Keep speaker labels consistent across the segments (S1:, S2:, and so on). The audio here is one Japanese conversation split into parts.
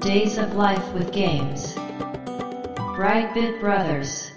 S1: Days of Life with Games. Brightbit Brothers.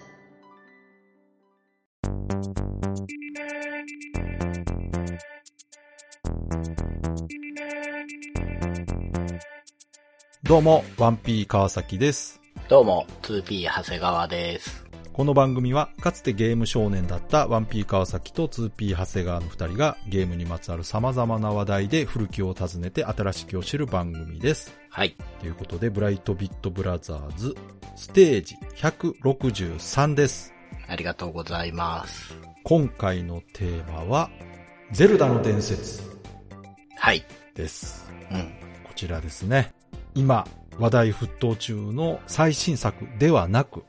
S2: どうも、ワンピー川崎です。
S3: どうも、2P 長谷川です。
S2: この番組は、かつてゲーム少年だったワンピー川崎と 2P 長谷川の二人が、ゲームにまつわる様々な話題で古きを訪ねて新しきを知る番組です。
S3: はい。
S2: ということで、ブライトビットブラザーズ、ステージ163です。
S3: ありがとうございます。
S2: 今回のテーマは、ゼルダの伝説
S3: はい。
S2: です。
S3: うん。
S2: こちらですね。今、話題沸騰中の最新作ではなく、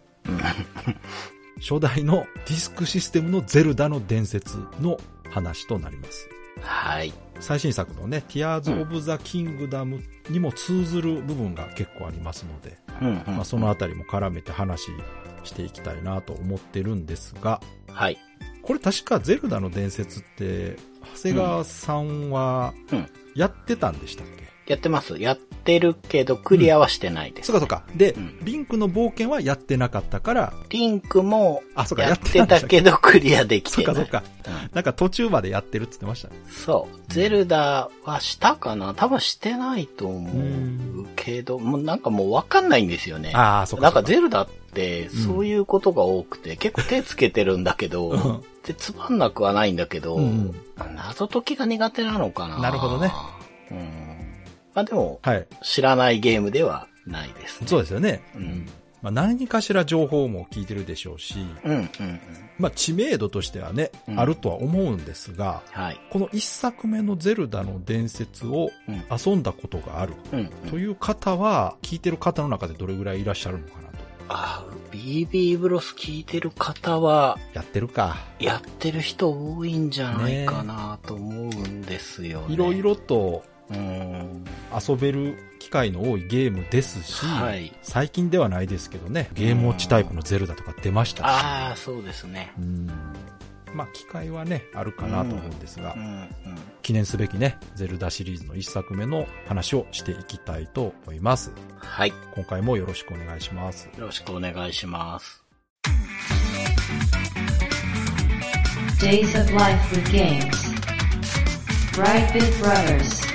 S2: 初代のディスクシステムのゼルダの伝説の話となります。
S3: はい。
S2: 最新作のね、Tears of the Kingdom にも通ずる部分が結構ありますので、
S3: うん、うん。
S2: まあ、そのあたりも絡めて話していきたいなと思ってるんですが、
S3: はい。
S2: これ確かゼルダの伝説って、長谷川さんは
S3: うん。
S2: やってたんでしたっけ
S3: やってます。やってるけど、クリアはしてないです。
S2: そうかそうか。で、
S3: うん
S2: リンクの冒険はやってなかったから、
S3: リンクも、
S2: あ、そうか、
S3: や
S2: や
S3: っ
S2: って
S3: て
S2: た
S3: たけど、クリアでき
S2: そ
S3: て
S2: う
S3: な
S2: か
S3: い。
S2: そうか。なんか途中までやってるって言ってましたね。
S3: そう。ゼルダはしたかな多分してないと思うけど、もうなんかもうわかんないんですよね。
S2: ああ、そうか。
S3: なんか
S2: そう
S3: ゼルダって、そういうことが多くて、結構手つけてるんだけど、
S2: うん
S3: でつまんなくはないんだけど、
S2: うん
S3: 謎解きが苦手なのかな。
S2: なるほどね。
S3: うん。まあでも、
S2: はい。
S3: 知らないゲームではないですね。
S2: そうですよね。
S3: うん。
S2: まあ、何かしら情報も聞いてるでしょうし、
S3: うん、うん、うん。
S2: まあ、知名度としてはね、
S3: うん
S2: あるとは思うんですが、
S3: はい。
S2: この一作目のゼルダの伝説を
S3: うん、
S2: 遊んだことがある
S3: うん、うん。
S2: という方は、聞いてる方の中でどれぐらいいらっしゃるのかなと。
S3: あー、BB ブロス聞いてる方は、
S2: やってるか。
S3: やってる人多いんじゃないかなと思うんですよね。
S2: いろい。ろと
S3: うん。
S2: 遊べる機会の多いゲームですし、
S3: はい
S2: 最近ではないですけどね、ゲームウォッチタイプのゼルダとか出ましたし、
S3: ああ、そうですね。
S2: うんまあ、機会はね、あるかなと思うんですが、
S3: うん、うん。
S2: 記念すべきね、ゼルダシリーズの一作目の話をしていきたいと思います。
S3: はい。
S2: 今回もよろしくお願いします。
S3: よろしくお願いします。
S1: Days of Life with Games. Brightbit Brothers.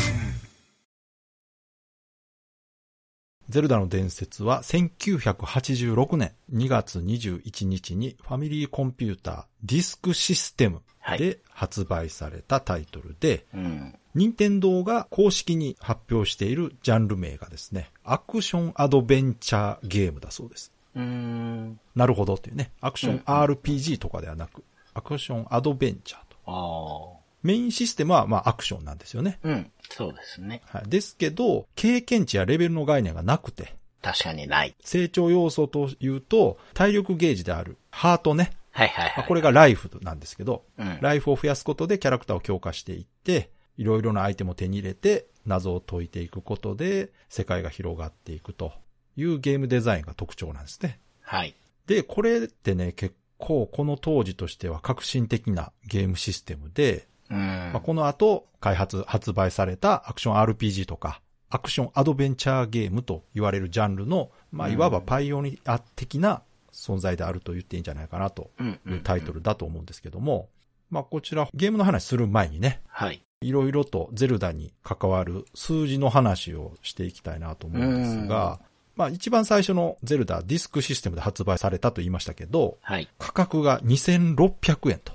S2: ゼルダの伝説は1986年2月21日にファミリーコンピューターディスクシステム
S3: はい
S2: で発売されたタイトルで、
S3: うん。
S2: 任天堂が公式に発表しているジャンル名がですね、アクションアドベンチャーゲームだそうです。
S3: うーん。
S2: なるほどっていうね、アクショ
S3: う
S2: ン RPG とかではなく、アクションアドベンチャーと。
S3: ああ。
S2: メインシステムはまあアクションなんですよね。
S3: うん。そうですね。
S2: はい、ですけど、経験値やレベルの概念がなくて、
S3: 確かにない。
S2: 成長要素というと、体力ゲージであるハートね。
S3: はいはい
S2: ま
S3: は
S2: あ
S3: い。
S2: これがライフなんですけど、
S3: うん。
S2: ライフを増やすことでキャラクターを強化していって、いろいろなアイテムを手に入れて、謎を解いていくことで、世界が広がっていくというゲームデザインが特徴なんですね。
S3: はい。
S2: で、これってね、結構この当時としては革新的なゲームシステムで、
S3: うん。
S2: まあ、この後開発、発売されたアクション RPG とか、アクションアドベンチャーゲームと言われるジャンルの、まあ、
S3: うん
S2: いわばパイオニア的な存在であると言っていいんじゃないかなと
S3: うん
S2: いうタイト。ルだと思うんですけども、まあこちらゲームの話する前にね、
S3: はい。
S2: いろいろとゼルダに関わる数字の話をしていきたいなと思うんですが、まあ一番最初のゼルダディスクシステムで発売されたと言いましたけど、
S3: はい。
S2: 価格が2600円と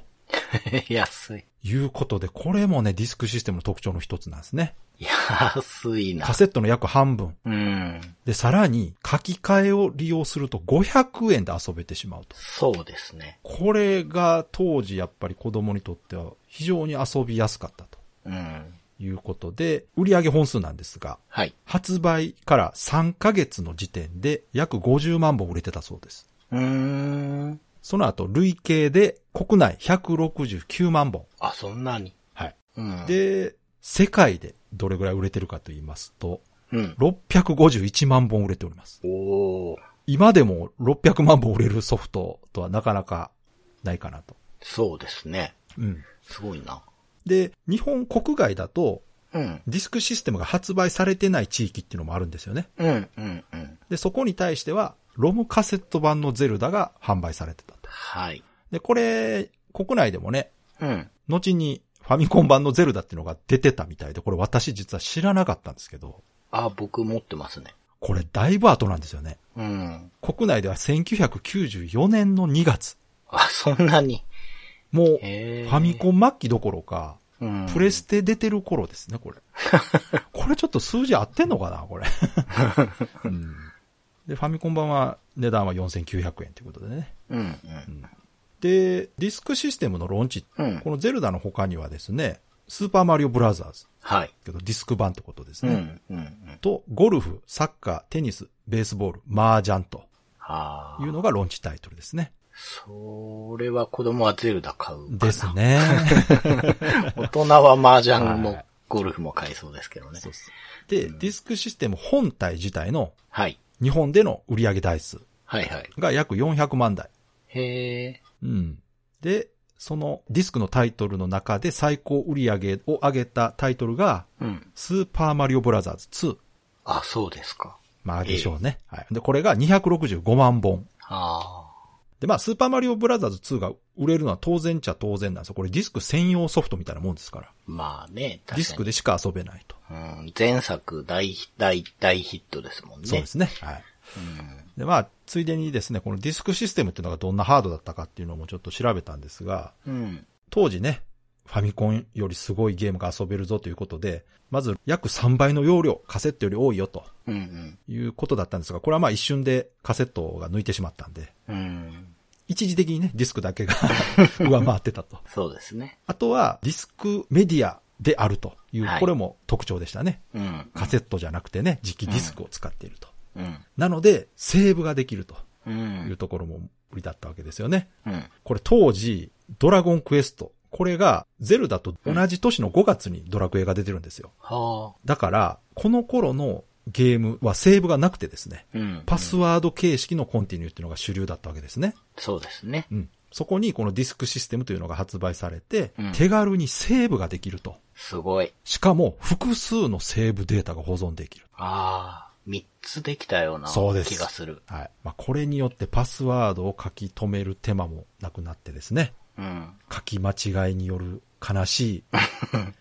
S3: 安い。
S2: いうことで、これもねディスクシステムの特徴の一つなんですね。
S3: 安いな
S2: カ。セットの約半分。
S3: うん。
S2: で、さらに書き換えを利用すると500円で遊べてしまうと。
S3: そうですね。
S2: これが当時やっぱり子供にとっては非常に遊びやすかったと。
S3: うん。
S2: ということで、売上本数なんですが、
S3: はい。
S2: 発売から3ヶ月の時点で約50万本売れてたそうです。
S3: うーん。
S2: その後、累計で国内169万本。
S3: あ、そんなに。
S2: はい。
S3: うん。、
S2: で、世界でどれぐらい売れてるかと言いますと、
S3: うん。
S2: 651万本売れております。
S3: おー。
S2: 今でも600万本売れるソフトとはなかなかないかなと。
S3: そうですね。
S2: うん。
S3: すごいな。
S2: で、日本国外だと、
S3: うん。
S2: ディスクシステムが発売されてない地域っていうのもあるんですよね。
S3: うん。うん。うん。
S2: で、そこに対しては、ロムカセット版のゼルダが販売されてたと。
S3: はい。
S2: で、これ、国内でもね、
S3: うん。
S2: 後にファミコン版のゼルダっていうのが出てたみたいで、これ私実は知らなかったんですけど、
S3: あ、僕持ってますね。
S2: これだいぶ後なんですよね。
S3: うん。
S2: 国内では1994年の2月。
S3: あ、そんなに。
S2: もう、
S3: へ
S2: フ
S3: ー
S2: ァミコン末期どころか、
S3: うん。
S2: プレステ出てる頃ですね、 これ。これちょっと数字合ってんのかな、これ、うんで、ファミコン版は値段は4900円ということでね。
S3: うん。うん。
S2: で、ディスクシステムのローンチ、
S3: うん
S2: このゼルダの他にはですね、スーパーマリオブラザーズ、
S3: はい。
S2: けどディスク版ってことです
S3: う
S2: ね。
S3: ん。うん。うん。
S2: と、ゴルフ、サッカー、テニス、ベースボール、麻雀と
S3: あ
S2: いう
S3: あ。
S2: のがローンチタイトルですね。
S3: それは子供はゼルダ買うかな。
S2: ですね。
S3: 大人は麻雀もゴルフも買いそうですけど ね。
S2: そうですで、ディスクシステム本体自体の
S3: はい。
S2: 日本での売上台数
S3: はいはい。
S2: が約400万台。
S3: へえ。
S2: うん。で、そのディスクのタイトルの中で最高売上を上げたタイトルが、
S3: うん。
S2: スーパーマリオブラザーズ2。
S3: あ、そうですか。
S2: まあでしょうね。はい。で、これが265万本。
S3: あ
S2: で、まあ、スーパーマリオブラザーズ2が売れるのは当然っちゃ当然なんですよ。これディスク専用ソフトみたいなもんですから。
S3: あ。まあね、
S2: ディスク
S3: で。
S2: でしか遊べないと。
S3: うん、前作大ヒ、大、大ヒットですもんね。
S2: そうですね。はい。で、まあ、ついでにですね、このディスクシステムっていうのがどんなハードだったかっていうのもちょっと調べたんですが、
S3: うん。うん。
S2: 当時ね、ファミコンよりすごいゲームが遊べるぞということで、まず約3倍の容量、カセットより多いよと
S3: うんうん。
S2: いうことだったんですが、これはまあ一瞬でカセットが抜いてしまったんで、
S3: うん。
S2: 一時的にね、ディスクだけが 上回ってたと。
S3: そうですね。
S2: あとは、ディスクメディアであるという、
S3: はい
S2: これも特徴でしたね。
S3: うん。
S2: カセットじゃなくてね、磁気ディスクを使っていると。
S3: うん。
S2: なので、セーブができると
S3: う。
S2: いうんところも売りだったわけですよね。
S3: うん。
S2: これ当時、ドラゴンクエスト。これが、ゼルダと同じ年の5月にドラクエが出てるんですよ。
S3: はあ。
S2: だから、この頃のゲームはセーブがなくてですね、
S3: うん。
S2: パスワード形式のコンティニューっていうのが主流だったわけですね。
S3: そうですね。
S2: うん。そこにこのディスクシステムというのが発売されて、
S3: うん
S2: 手軽にセーブができると。
S3: すごい。
S2: しかも、複数のセーブデータが保存できる。
S3: ああ。三つできたような
S2: そうです
S3: 気がする。
S2: はい。まあ、これによってパスワードを書き留める手間もなくなってですね。
S3: うん。
S2: 書き間違いによる悲し い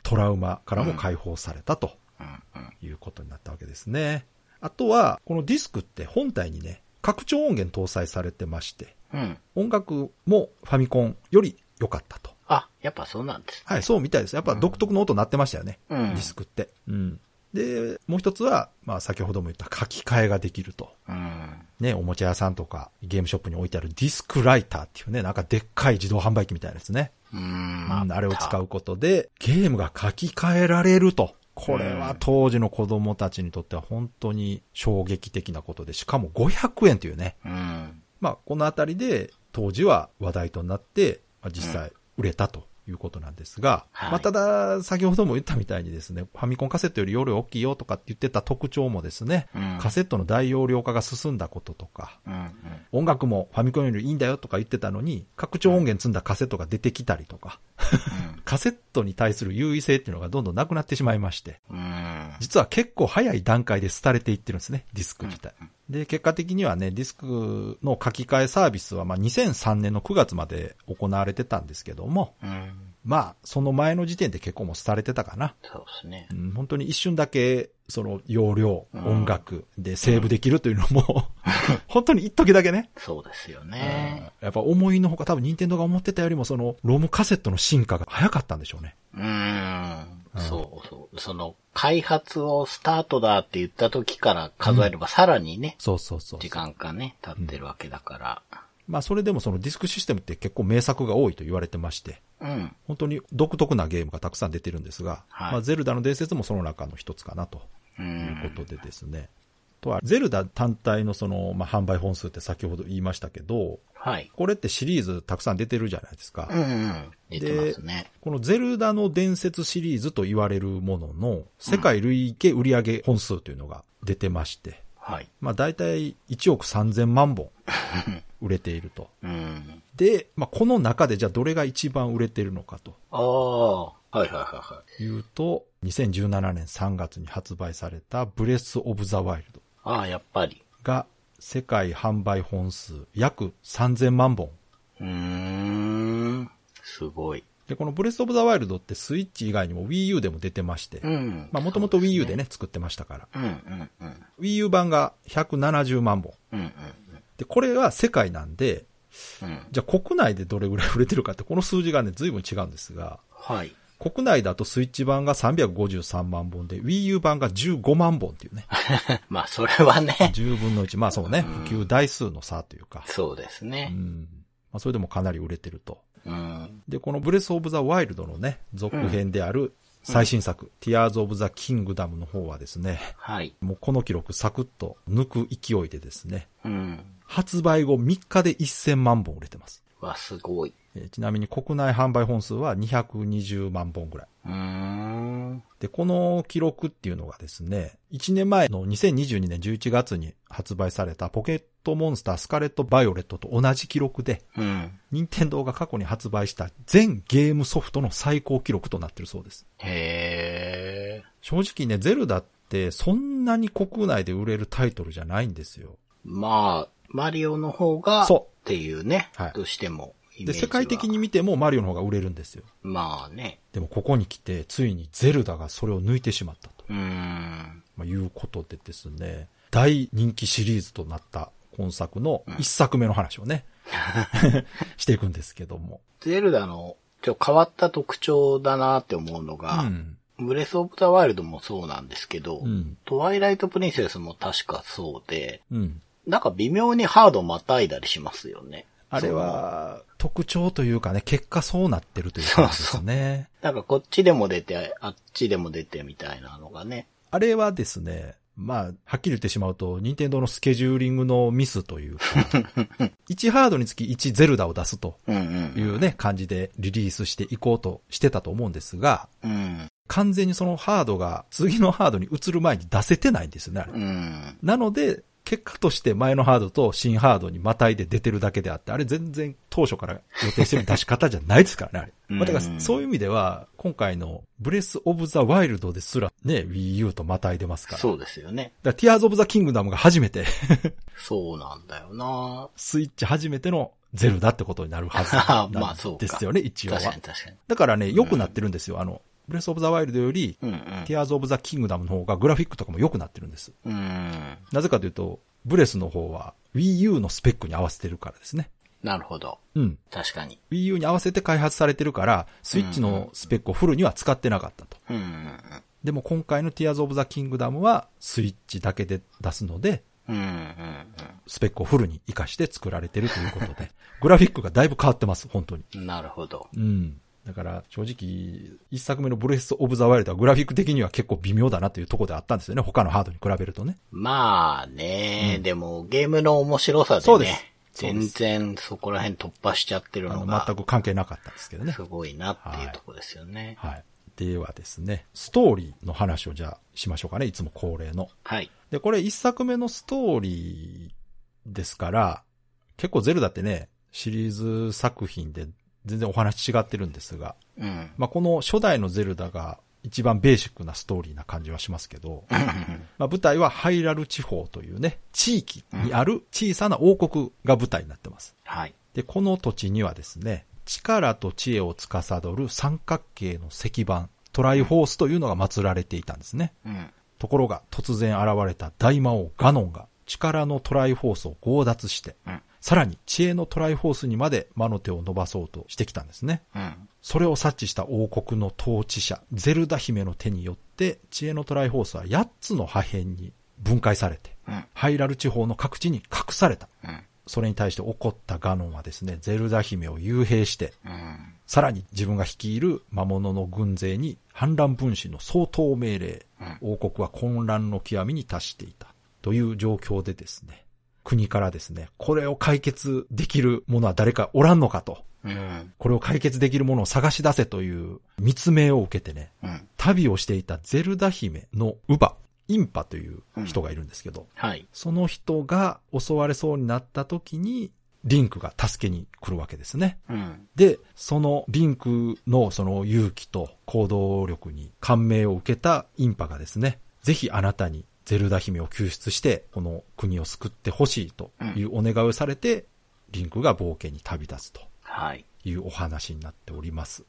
S2: トラウマからも解放されたと
S3: うん。うん。
S2: いうことになったわけですね。あとは、このディスクって本体にね、拡張音源搭載されてまして、
S3: うん。
S2: 音楽もファミコンより良かったと。
S3: あ、やっぱそうなんです。
S2: はい、そうみたいです。やっぱ独特の音鳴ってましたよね。
S3: うん
S2: ディスクって。うん。で、もう一つは、まあ先ほども言った書き換えができると。
S3: うん。
S2: ね、おもちゃ屋さんとかゲームショップに置いてあるディスクライターっていうね、なんかでっかい自動販売機みたいなやつね。
S3: うん。
S2: まあ、あれを使
S3: う。
S2: うことで、ゲームが書き換えられると。これは当時の子供たちにとっては本当に衝撃的なことで、しかも500円というね。
S3: うん。
S2: まあ、このあたりで当時は話題となって、まあ実際売れたということなんですが、
S3: はい
S2: まあ、ただ、先ほども言ったみたいにですね、ファミコンカセットより容量大きいよとかって言ってた特徴もですね、
S3: うん
S2: カセットの大容量化が進んだこととか、
S3: うん。うん。
S2: 音楽もファミコンよりいいんだよとか言ってたのに、拡張音源積んだカセットが出てきたりとか、カセットに対する優位性っていうのがどんどんなくなってしまいまして、
S3: うん。
S2: 実は結構早い段階で廃れていってるんですね、ディスク自体。で、結果的にはね、ディスクの書き換えサービスは、まあ、2003年の9月まで行われてたんですけども、
S3: うん。
S2: まあ、その前の時点で結構もう廃れてたかな。
S3: そうですね
S2: う。ん本当に一瞬だけ、その、容量、
S3: うん
S2: 音楽でセーブできるというのも、本当に一時だけね、
S3: そうですよね。
S2: やっぱ思いのほか多分任天堂が思ってたよりもそのロムカセットの進化が早かったんでしょうね。
S3: うん
S2: うん。
S3: そうそう。その、開発をスタートだって言った時から数えればさらにね、
S2: そうそうそう。
S3: 時間がね、経ってるわけだか
S2: まあそれでもそのディスクシステムって結構名作が多いと言われてまして、
S3: ら。うん。
S2: 本当に独特なゲームがたくさん出てるんですが、
S3: はい
S2: まあゼルダの伝説もその中の一つかなと
S3: う。
S2: いうんことでですね。あとは、ゼルダ単体のその、まあ、販売本数って先ほど言いましたけど、
S3: はい。
S2: これってシリーズたくさん出てるじゃないですか。
S3: うんうん。出てますね。
S2: このゼルダの伝説シリーズと言われるものの、世界累計売上本数というのが出てまして、
S3: はい。
S2: まあ大体1億3000万本売れていると。
S3: うん。
S2: で、まあ、この中でじゃあどれが一番売れてるのかと
S3: ああ、はいはいはいはい。
S2: いうと、2017年3月に発売されたブレス・オブ・ザ・ワイルド
S3: ああ、やっぱり。
S2: が世界販売本数約3000万本。
S3: うーん、すごい。
S2: で、このブレス・オブ・ザ・ワイルドってスイッチ以外にも Wii U でも出てまして、
S3: うん。
S2: まあもともと Wii U でね、作ってましたから。
S3: うんうんうん。
S2: Wii U 版が170万本。
S3: うんうん
S2: で、これは世界なんで、
S3: うん。うん。
S2: じゃあ国内でどれぐらい売れてるかって、この数字がね、随分違うんですが、
S3: はい。
S2: 国内だとスイッチ版が353万本で、Wii U 版が15万本っていうね、
S3: まあ、それはね、
S2: 10分の1、まあそうね、普及台数の差というか、
S3: そうです
S2: う
S3: ね。
S2: ん。まあそれでもかなり売れてると。
S3: うん。
S2: で、このブレス・オブ・ザ・ワイルドのね、続編である最新作、ティアーズ・オブ・ザ・キングダムの方はですね、
S3: はい。
S2: もうこの記録サクッと抜く勢いでですね、
S3: うん。
S2: 発売後3日で1000万本売れてます。
S3: わ、すごい。
S2: えーちなみに国内販売本数は220万本ぐらい。
S3: うーん。
S2: で、この記録っていうのがですね、1年前の2022年11月に発売されたポケットモンスタースカレット・バイオレットと同じ記録で、
S3: うん。
S2: 任天堂が過去に発売した全ゲームソフトの最高記録となってるそうです。
S3: へえ。
S2: 正直ね、ゼルダってそんなに国内で売れるタイトルじゃないんですよ。
S3: まあ、マリオの方が、
S2: そ
S3: っていうね、
S2: はい
S3: どうしても、イメ
S2: で、
S3: ージは
S2: 世界的に。見てもマリオの方が売れるんですよ。
S3: まあね。
S2: でもここに来て、ついにゼルダがそれを抜いてしまったと。
S3: うーん。
S2: まあ、いうことでですね、大人気シリーズとなった今作の一作目の話を ね、していくんですけども。
S3: ゼルダの、ちょ、変わった特徴だなって思うの
S2: う
S3: が、
S2: ん。
S3: ブレスオブザワイルドもそうなんですけど、
S2: うん。
S3: トワイライトプリンセスも確かそうで、
S2: うん。
S3: なんか微妙にハードまたいだりしますよね。
S2: あれは、特徴というかね、結果そうなってるという
S3: そう
S2: 感
S3: そう
S2: じですね。
S3: なんかこっちでも出て、あっちでも出てみたいなのがね。
S2: あれはですね、まあ、はっきり言ってしまうと、任天堂のスケジューリングのミスという か、1ハードにつき1ゼルダを出すと
S3: うんう
S2: い
S3: ん。
S2: うね、感じでリリースしていこうとしてたと思うんですが、
S3: うん。
S2: 完全にそのハードが次のハードに移る前に出せてないんですよね、あれ
S3: うん。
S2: なので、結果として前のハードと新ハードにまたいで出てるだけであって、あれ全然当初から予定してる出し方じゃないですからね、あれ。まあ、だか
S3: うん
S2: らそういう意味では、今回のブレス・オブ・ザ・ワイルドですらね、Wii U とまたいでますから。
S3: そうですよね。
S2: だから、ティアーズ・オブ・ザ・キングダムが初めて、
S3: そうなんだよな
S2: スイッチ初めてのゼルダってことになるはず
S3: ま
S2: な
S3: あそうん
S2: で
S3: か
S2: すよね、一応は
S3: 確か。に確かに。
S2: だからね、良くなってるんですよ。あの、ブレス・オブ・ザ・ワイルドより、
S3: うん
S2: ティアーズ・オブ・ザ・キングダムの方がグラフィックとかも良くなってるんです。
S3: うん。うん。
S2: なぜかというと、ブレスの方は Wii U のスペックに合わせてるからですね。
S3: なるほど。
S2: うん。
S3: 確かに。
S2: Wii U に合わせて開発されてるから、スイッチのスペックをフルには使ってなかったと。
S3: うん
S2: でも今回の Tears of the Kingdom はスイッチだけで出すので、
S3: うんうん。うんうん
S2: スペックをフルに活かして作られてるということで、グラフィックがだいぶ変わってます、本当に。
S3: うん。なるほど。
S2: うん。だから、正直、一作目のブレス・オブ・ザ・ワイルドはグラフィック的には結構微妙だなというところであったんですよね。他のハードに比べるとね。
S3: まあね、
S2: うん
S3: でもゲームの面白さ
S2: そ
S3: で
S2: うです
S3: ね、
S2: そう
S3: 全
S2: です
S3: 然そこら辺突破しちゃってる
S2: あ
S3: の
S2: の、
S3: が、
S2: 全く関係なかったんですけどね
S3: す。ごいなっていうとこですよね。
S2: はい。ではですね、ストーリーの話をじゃあしましょうかね。いつも恒例の。
S3: はい。
S2: で、これ一作目のストーリーですから、結構ゼルダってね、シリーズ作品で全然お話違ってるんですが、
S3: うん。
S2: まあ、この初代のゼルダが一番ベーシックなストーリーな感じはしますけど、まあ、舞台はハイラル地方というね、地域にある小さな王国が舞台になってます。
S3: はい。
S2: で、この土地にはですね、力と知恵を司る三角形の石板、トライフォースというのが祀られていたんですね。
S3: うん。
S2: ところが突然現れた大魔王ガノンが力のトライフォースを強奪して、
S3: うん。
S2: さらに知恵のトライフォースにまで魔の手を伸ばそうとしてきたんですね。
S3: うん。
S2: それを察知した王国の統治者、ゼルダ姫の手によって、知恵のトライフォースは8つの破片に分解されて、
S3: うん。
S2: ハイラル地方の各地に隠された。
S3: うん。
S2: それに対して怒ったガノンはですね、ゼルダ姫を幽閉して、
S3: うん。
S2: さらに自分が率いる魔物の軍勢に反乱分子の相当命令、王国は混乱の極みに達していた。という状況でですね、国からですね、これを解決できる者は誰かおらんのかと、
S3: うん。
S2: これを解決できる者を探し出せという密命を受けてね、
S3: うん。
S2: 旅をしていたゼルダ姫の乳母、インパという人がいるんですけど、
S3: はい。
S2: その人が襲われそうになった時に、リンクが助けに来るわけですね。
S3: うん。
S2: で、そのリンクのその勇気と行動力に感銘を受けたインパがですね、ぜひあなたにゼルダ姫を救出して、この国を救ってほしいというお願いをされて、リンクが冒険に旅立つと
S3: はい。
S2: いうお話になっております。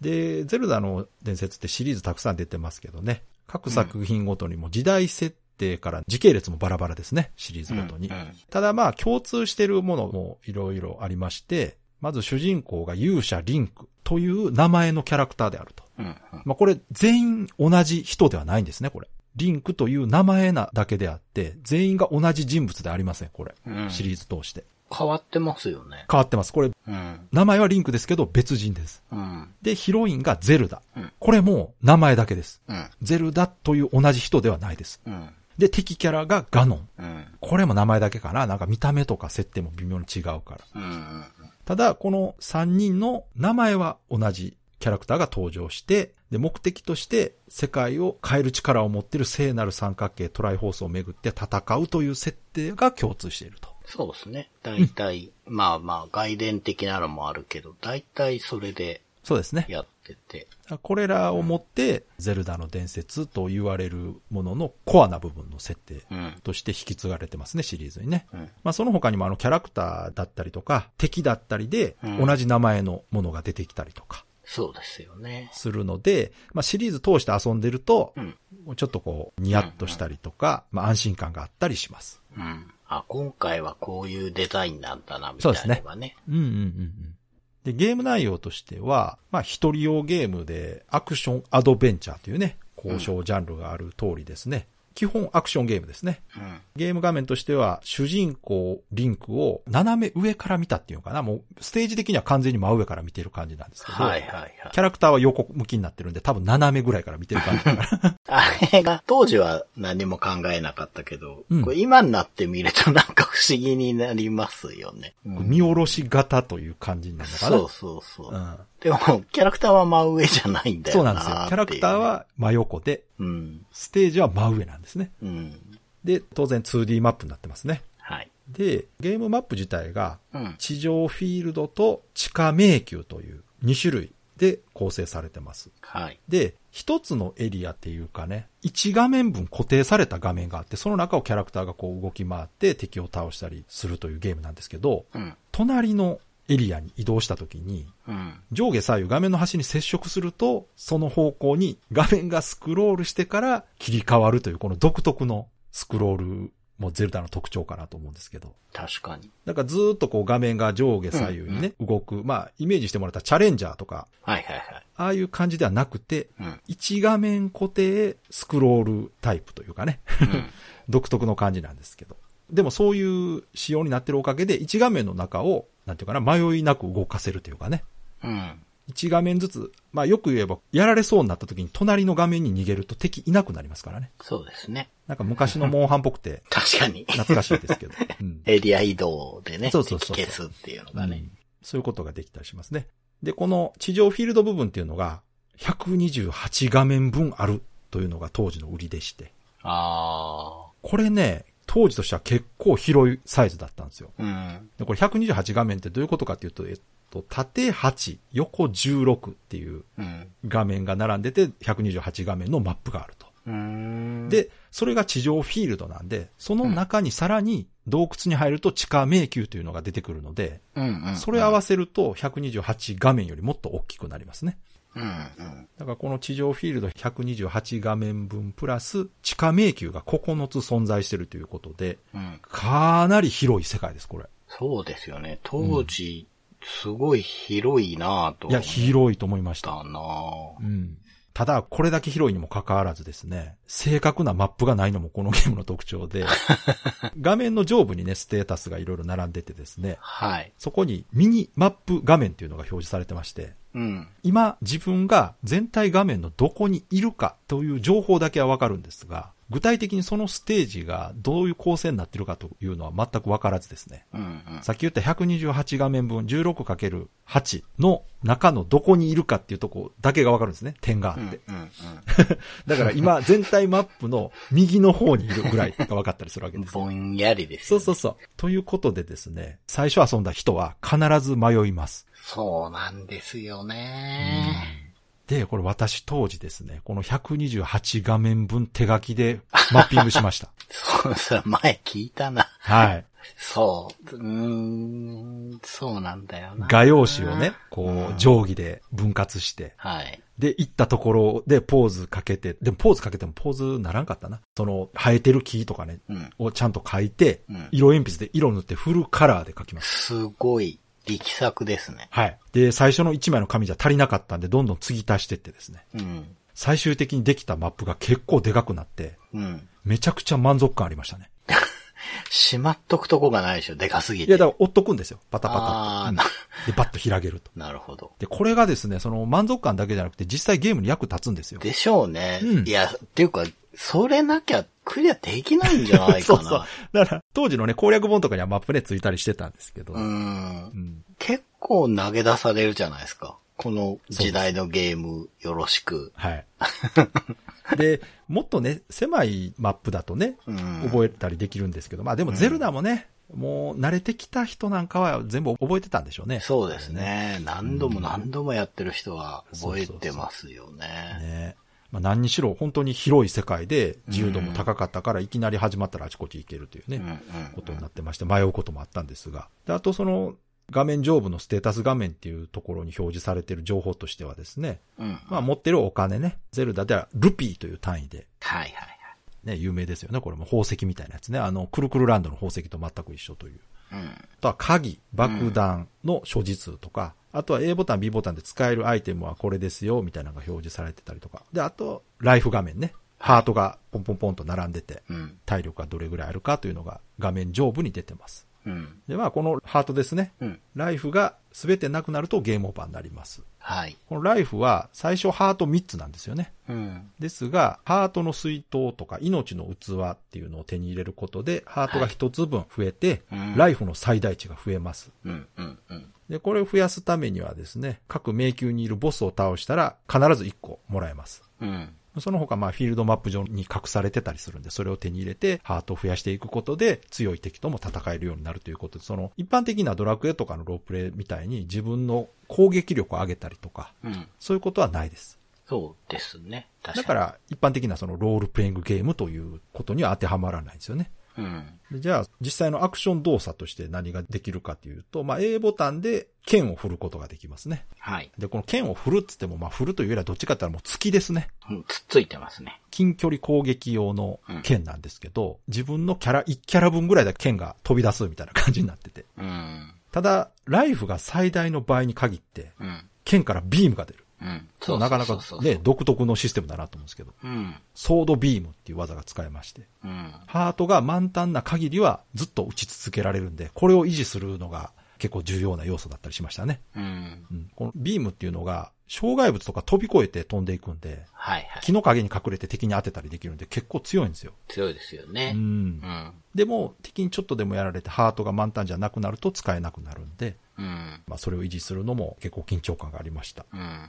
S2: で、ゼルダの伝説ってシリーズたくさん出てますけどね、各作品ごとにも時代設定から時系列もバラバラですね、シリーズごとに
S3: う。ん
S2: ただまあ共通してるものもいろいろありまして、まず主人公が勇者リンクという名前のキャラクターであると。
S3: うん。うん
S2: まあこれ全員同じ人ではないんですね、これ。リンクという名前なだけであって、全員が同じ人物ではありません、これ。
S3: うん
S2: シリーズ通して。
S3: 変わってますよね。
S2: 変わってます。これ、
S3: うん。
S2: 名前はリンクですけど別人です。
S3: うん。
S2: で、ヒロインがゼルダ
S3: うん。
S2: これも名前だけです。
S3: うん。
S2: ゼルダという同じ人ではないです。
S3: うん。
S2: で、敵キャラがガノン。
S3: うん。
S2: これも名前だけかななんか見た目とか設定も微妙に違うから。
S3: うん。
S2: ただ、この3人の名前は同じキャラクターが登場して、で、目的として世界を変える力を持っている聖なる三角形トライフォースをめぐって戦うという設定が共通していると。
S3: そうですね。大体、まあまあ、外伝的なのもあるけど、大体それで
S2: そうですね。
S3: やってて。
S2: これらをもって、ゼルダの伝説と言われるもののコアな部分の設定
S3: うん。
S2: として引き継がれてますね、シリーズにね。
S3: うん。
S2: まあその他にもあのキャラクターだったりとか、敵だったりで
S3: うん
S2: 同じ名前のものが出てきたりとか
S3: そうですよね。
S2: するので、まあシリーズ通して遊んでると
S3: う、ん。
S2: ちょっとこう、ニヤッとしたりとか、まあ安心感があったりします。
S3: うん。あ、今回はこういうデザインなんだな、みたいなのがね。
S2: うんうんうんうん。で、ゲーム内容としては、まあ一人用ゲームでアクションアドベンチャーというね、交渉ジャンルがある通りですね。基本アクションゲームですね。
S3: うん。
S2: ゲーム画面としては、主人公リンクを斜め上から見たっていうのかな。もう、ステージ的には完全に真上から見てる感じなんですけど、
S3: はいはいはい。
S2: キャラクターは横向きになってるんで、多分斜めぐらいから見てる感じだから。
S3: あれが、当時は何も考えなかったけど、
S2: うん
S3: これ今になってみるとなんか不思議になりますよね。うん
S2: 見下ろし型という感じになるのかな。
S3: そうそうそう。
S2: うん
S3: でも、キャラクターは真上じゃないんだ
S2: そう
S3: よ
S2: な
S3: なん
S2: ですよ。キ
S3: っ
S2: ャ
S3: てい
S2: ラクター、は真横で、
S3: うん、
S2: ステージは真上なんですね。
S3: うん、
S2: で、当然 2D マップになってますね。
S3: はい。
S2: で、ゲームマップ自体が、
S3: うん、
S2: 地上フィールドと地下迷宮という2種類で構成されてます。
S3: はい。
S2: で、一つのエリアっていうかね、1画面分固定された画面があって、その中をキャラクターがこう動き回って敵を倒したりするというゲームなんですけど、
S3: うん、
S2: 隣のエリアに移動した時に、
S3: うん、
S2: 上下左右画面の端に接触すると、その方向に画面がスクロールしてから切り替わるという、この独特のスクロールもゼルダの特徴かなと思うんですけど。
S3: 確かに。
S2: なんかずーっとこう画面が上下左右にね、動く。まあ、イメージしてもらったらチャレンジャーとか、
S3: はいはいはい。
S2: ああいう感じではなくて、
S3: うん、
S2: 一画面固定スクロールタイプというかね、
S3: うん、
S2: 独特の感じなんですけど。でもそういう仕様になってるおかげで、一画面の中を、なんていうかな、迷いなく動かせるというかね。
S3: うん、
S2: 一画面ずつ、まあよく言えば、やられそうになった時に隣の画面に逃げると敵いなくなりますからね。
S3: そうですね。
S2: なんか昔のモンハンっぽくて、
S3: 確かに。
S2: 懐かしいです けど。うん
S3: エリア移動でね、
S2: そうそうそう
S3: 敵消すっていうのがね。
S2: そういうことができたりしますね。で、この地上フィールド部分っていうのが、128画面分あるというのが当時の売りでして。
S3: あ
S2: これね、当時としては結構広いサイズだったんですよ。
S3: あ、うん、
S2: で、これ128画面ってどういうことかっていうと、えっと、縦8、横16っていう
S3: うん、
S2: 画面が並んでて、128画面のマップがあると。
S3: うん、、
S2: で、それが地上フィールドなんで、その中にさらに洞窟に入ると地下迷宮というのが出てくるので、
S3: うん、うん、
S2: それ合わせると128画面よりもっと大きくなりますね。
S3: うん、うん、
S2: だからこの地上フィールド128画面分プラス地下迷宮が9つ存在してるということで、
S3: うん。
S2: かなり広い世界です、これ。
S3: そうですよね。当時、すごい広いなぁと。
S2: いや、広いと思いました。
S3: だなぁ
S2: うん。ただ、これだけ広いにもかかわらずですね、正確なマップがないのもこのゲームの特徴で、画面の上部にね、ステータスがいろいろ並んでてですね、
S3: はい。
S2: そこにミニマップ画面っていうのが表示されてまして、
S3: うん。
S2: 今自分が全体画面のどこにいるかという情報だけはわかるんですが、具体的にそのステージがどういう構成になってるかというのは全くわからずですね。
S3: うんうん。
S2: さっき言った128画面分 16×8 の中のどこにいるかっていうとこだけがわかるんですね。点があっ
S3: う
S2: て。
S3: んうんうん。
S2: だから今全体マップの右の方にいるぐらいが分かったりするわけです。
S3: ぼんやりです
S2: そ
S3: よ、
S2: う
S3: ね。
S2: そうそう。ということでですね、最初遊んだ人は必ず迷います。
S3: そうなんですよね。
S2: で、これ私当時ですね、この128画面分手書きでマッピングしました。
S3: そう、それ前聞いた な。
S2: はい。
S3: そう。うーん、そうなんだよな。
S2: 画用紙をね、こう定規で分割して、
S3: はい。
S2: で、行ったところでポーズかけて、でもポーズかけてもポーズならんかったな。その生えてる木とかね、
S3: うん。
S2: をちゃんと書いて
S3: うん、
S2: 色鉛筆で色塗ってフルカラーで書きました。
S3: すごい、力作ですね。
S2: はい。で、最初の1枚の紙じゃ足りなかったんで、どんどん継ぎ足してってですね。
S3: うん。
S2: 最終的にできたマップが結構でかくなって、
S3: うん。
S2: めちゃくちゃ満足感ありましたね。
S3: しまっとくとこがないでしょ、でかすぎて。
S2: いや、だから追っとくんですよ。パタ
S3: あー
S2: パ
S3: な
S2: タと。で、バッと開けると。
S3: なるほど。
S2: で、これがですね、その満足感だけじゃなくて、実際ゲームに役立つんですよ。
S3: でしょうね。
S2: うん
S3: いや、っていうか、それなきゃクリアできないんじゃないか
S2: そ
S3: な。
S2: うそう。だから、当時のね、攻略本とかにはマップね、ついたりしてたんですけど。
S3: うーん。
S2: うん
S3: 結構投げ出されるじゃないですか。この時代のゲームよろしく。
S2: はい。 で、もっとね、狭いマップだとね、
S3: うん。
S2: 覚えたりできるんですけど、まあでもゼルダもね、もう慣れてきた人なんかは全部覚えてたんでしょうね。
S3: そうですね。何度も何度もやってる人は覚えてますよね。
S2: ね。まあ何にしろ本当に広い世界で自由度も高かったから、いきなり始まったらあちこち行けるというね、
S3: うんうん
S2: ことになってまして、迷うこともあったんですが。であとその、画面上部のステータス画面っていうところに表示されている情報としてはですね、
S3: うん。うん。
S2: まあ持ってるお金ね、ゼルダではルピーという単位で、
S3: はいはい
S2: ね、有名ですよね。これも宝石みたいなやつね。あの、くるくるランドの宝石と全く一緒という。
S3: はい。
S2: あとは鍵、爆弾の所持数とか、あとは A ボタン、B ボタンで使えるアイテムはこれですよ、みたいなのが表示されてたりとか。で、あと、ライフ画面ね。ハートがポンポンポンと並んでて、
S3: うん。うん。
S2: 体力がどれぐらいあるかというのが画面上部に出てます。
S3: うん。
S2: で、まあ、このハートですね。
S3: うん。
S2: ライフが全てなくなるとゲームオーバーになります。
S3: はい。
S2: このライフは最初ハート3つなんですよね。
S3: うん。
S2: ですが、ハートの水筒とか命の器っていうのを手に入れることで、ハートが1つ分増えて、
S3: はいうん
S2: ライフの最大値が増えます。
S3: うん。うん。うん。
S2: で、これを増やすためにはですね、各迷宮にいるボスを倒したら必ず1個もらえます。
S3: うん。
S2: その他、まあ、フィールドマップ上に隠されてたりするんで、それを手に入れて、ハートを増やしていくことで、強い敵とも戦えるようになるということで、その、一般的なドラクエとかのロープレイみたいに、自分の攻撃力を上げたりとか、
S3: うん。
S2: そういうことはないです。
S3: そうですね。確か
S2: だ
S3: に。
S2: から、一般的なその、ロールプレイングゲームということには当てはまらないんですよね。
S3: うん。
S2: でじゃあ、実際のアクション動作として何ができるかというと、まあ、A ボタンで剣を振ることができますね。
S3: はい。
S2: で、この剣を振るっつっても、まあ、振るというよりはどっちかって言ったらもう突きですね。
S3: うんつっついてますね。
S2: 近距離攻撃用の剣なんですけど、自分のキャラ、1キャラ分ぐらいで剣が飛び出すみたいな感じになってて。
S3: うん。
S2: ただ、ライフが最大の場合に限って、
S3: うん。
S2: 剣からビームが出る。
S3: うん。
S2: これなかなか
S3: そうそうそう
S2: ね、独特のシステムだなと思うんですけど、
S3: うん。
S2: ソードビームっていう技が使えまして、
S3: うん。
S2: ハートが満タンな限りはずっと打ち続けられるんで、これを維持するのが結構重要な要素だったりしましたね。
S3: うん。
S2: うん、このビームっていうのが、障害物とか飛び越えて飛んでいくんで、
S3: はいはい。
S2: 木の陰に隠れて敵に当てたりできるんで結構強いんですよ。
S3: 強いですよ
S2: う
S3: ね。
S2: ん
S3: う。ん。
S2: でも敵にちょっとでもやられてハートが満タンじゃなくなると使えなくなるんで、
S3: うん。
S2: まあそれを維持するのも結構緊張感がありました。
S3: うん。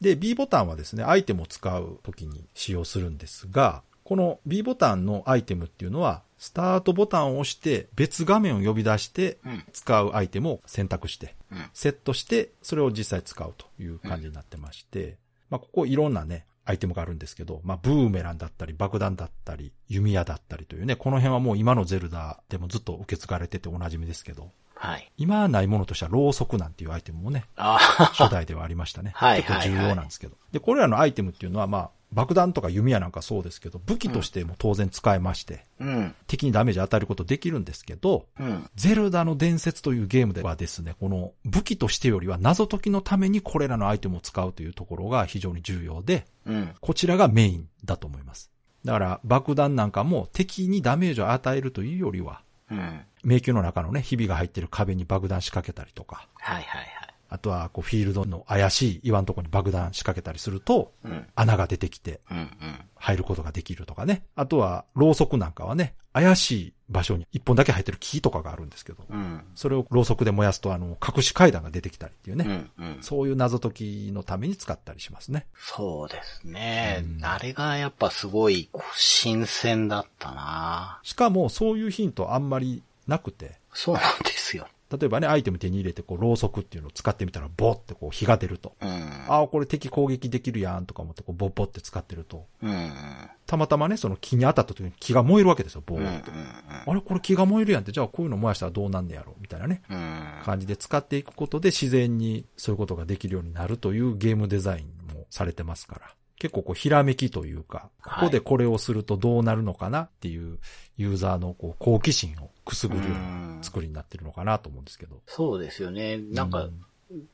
S2: で、B ボタンはですね、アイテムを使う時に使用するんですが、この B ボタンのアイテムっていうのは、スタートボタンを押して別画面を呼び出して
S3: うん
S2: 使うアイテムを選択して、
S3: うん。
S2: セットして、それを実際使うという感じになってまして、まあ、ここいろんなね、アイテムがあるんですけど、まあ、ブーメランだったり、爆弾だったり、弓矢だったりというね、この辺はもう今のゼルダでもずっと受け継がれてておなじみですけど、
S3: はい。
S2: 今ないものとしては、ろうそくなんていうアイテムもね、
S3: ああ、。
S2: 初代ではありましたね
S3: はい
S2: 結構重要なんですけど。で、これらのアイテムっていうのは、まあ、爆弾とか弓矢なんかそうですけど、武器としても当然使えまして、
S3: うん。
S2: 敵にダメージ与えることできるんですけど、
S3: うん。
S2: ゼルダの伝説というゲームではですね、この武器としてよりは謎解きのためにこれらのアイテムを使うというところが非常に重要で、
S3: うん。
S2: こちらがメインだと思います。だから爆弾なんかも敵にダメージを与えるというよりは、
S3: うん。
S2: 迷宮の中のね、ひびが入ってる壁に爆弾仕掛けたりとか、
S3: はいはいはい。
S2: あとは、こう、フィールドの怪しい岩のとこに爆弾仕掛けたりすると、
S3: うん。
S2: 穴が出てきて
S3: うん。うん。
S2: 入ることができるとかね。あとは、ろうそくなんかはね、怪しい場所に一本だけ生えてる木とかがあるんですけど、
S3: うん。
S2: それをろうそくで燃やすと、あの、隠し階段が出てきたりっていう
S3: う
S2: ね。
S3: ん。うん。
S2: そういう謎解きのために使ったりしますね。
S3: そうですね
S2: う。ん
S3: あれがやっぱすごいこう新鮮だったな
S2: しかも、そういうヒントあんまりなくて、
S3: そうなんですよ。
S2: 例えばね、アイテム手に入れて、こう、ろうそくっていうのを使ってみたら、ボってこう、火が出ると。
S3: うん。
S2: ああ、これ敵攻撃できるやんとか思って、こう、ボッボって使ってると、
S3: うん。うん。
S2: たまたまね、その木に当たった時に木が燃えるわけですよ、ボー
S3: うん。うん
S2: ッと。あれ、これ木が燃えるやんって、じゃあこういうの燃やしたらどうなんねやろみたいなね、
S3: うん。
S2: 感じで使っていくことで自然にそういうことができるようになるというゲームデザインもされてますから。結構こう、ひらめきというか、
S3: はい
S2: ここでこれをするとどうなるのかなっていう、ユーザーのこう好奇心をくすぐるような作りになってるのかなと思うんですけど。
S3: そうですよね。なん
S2: う
S3: か、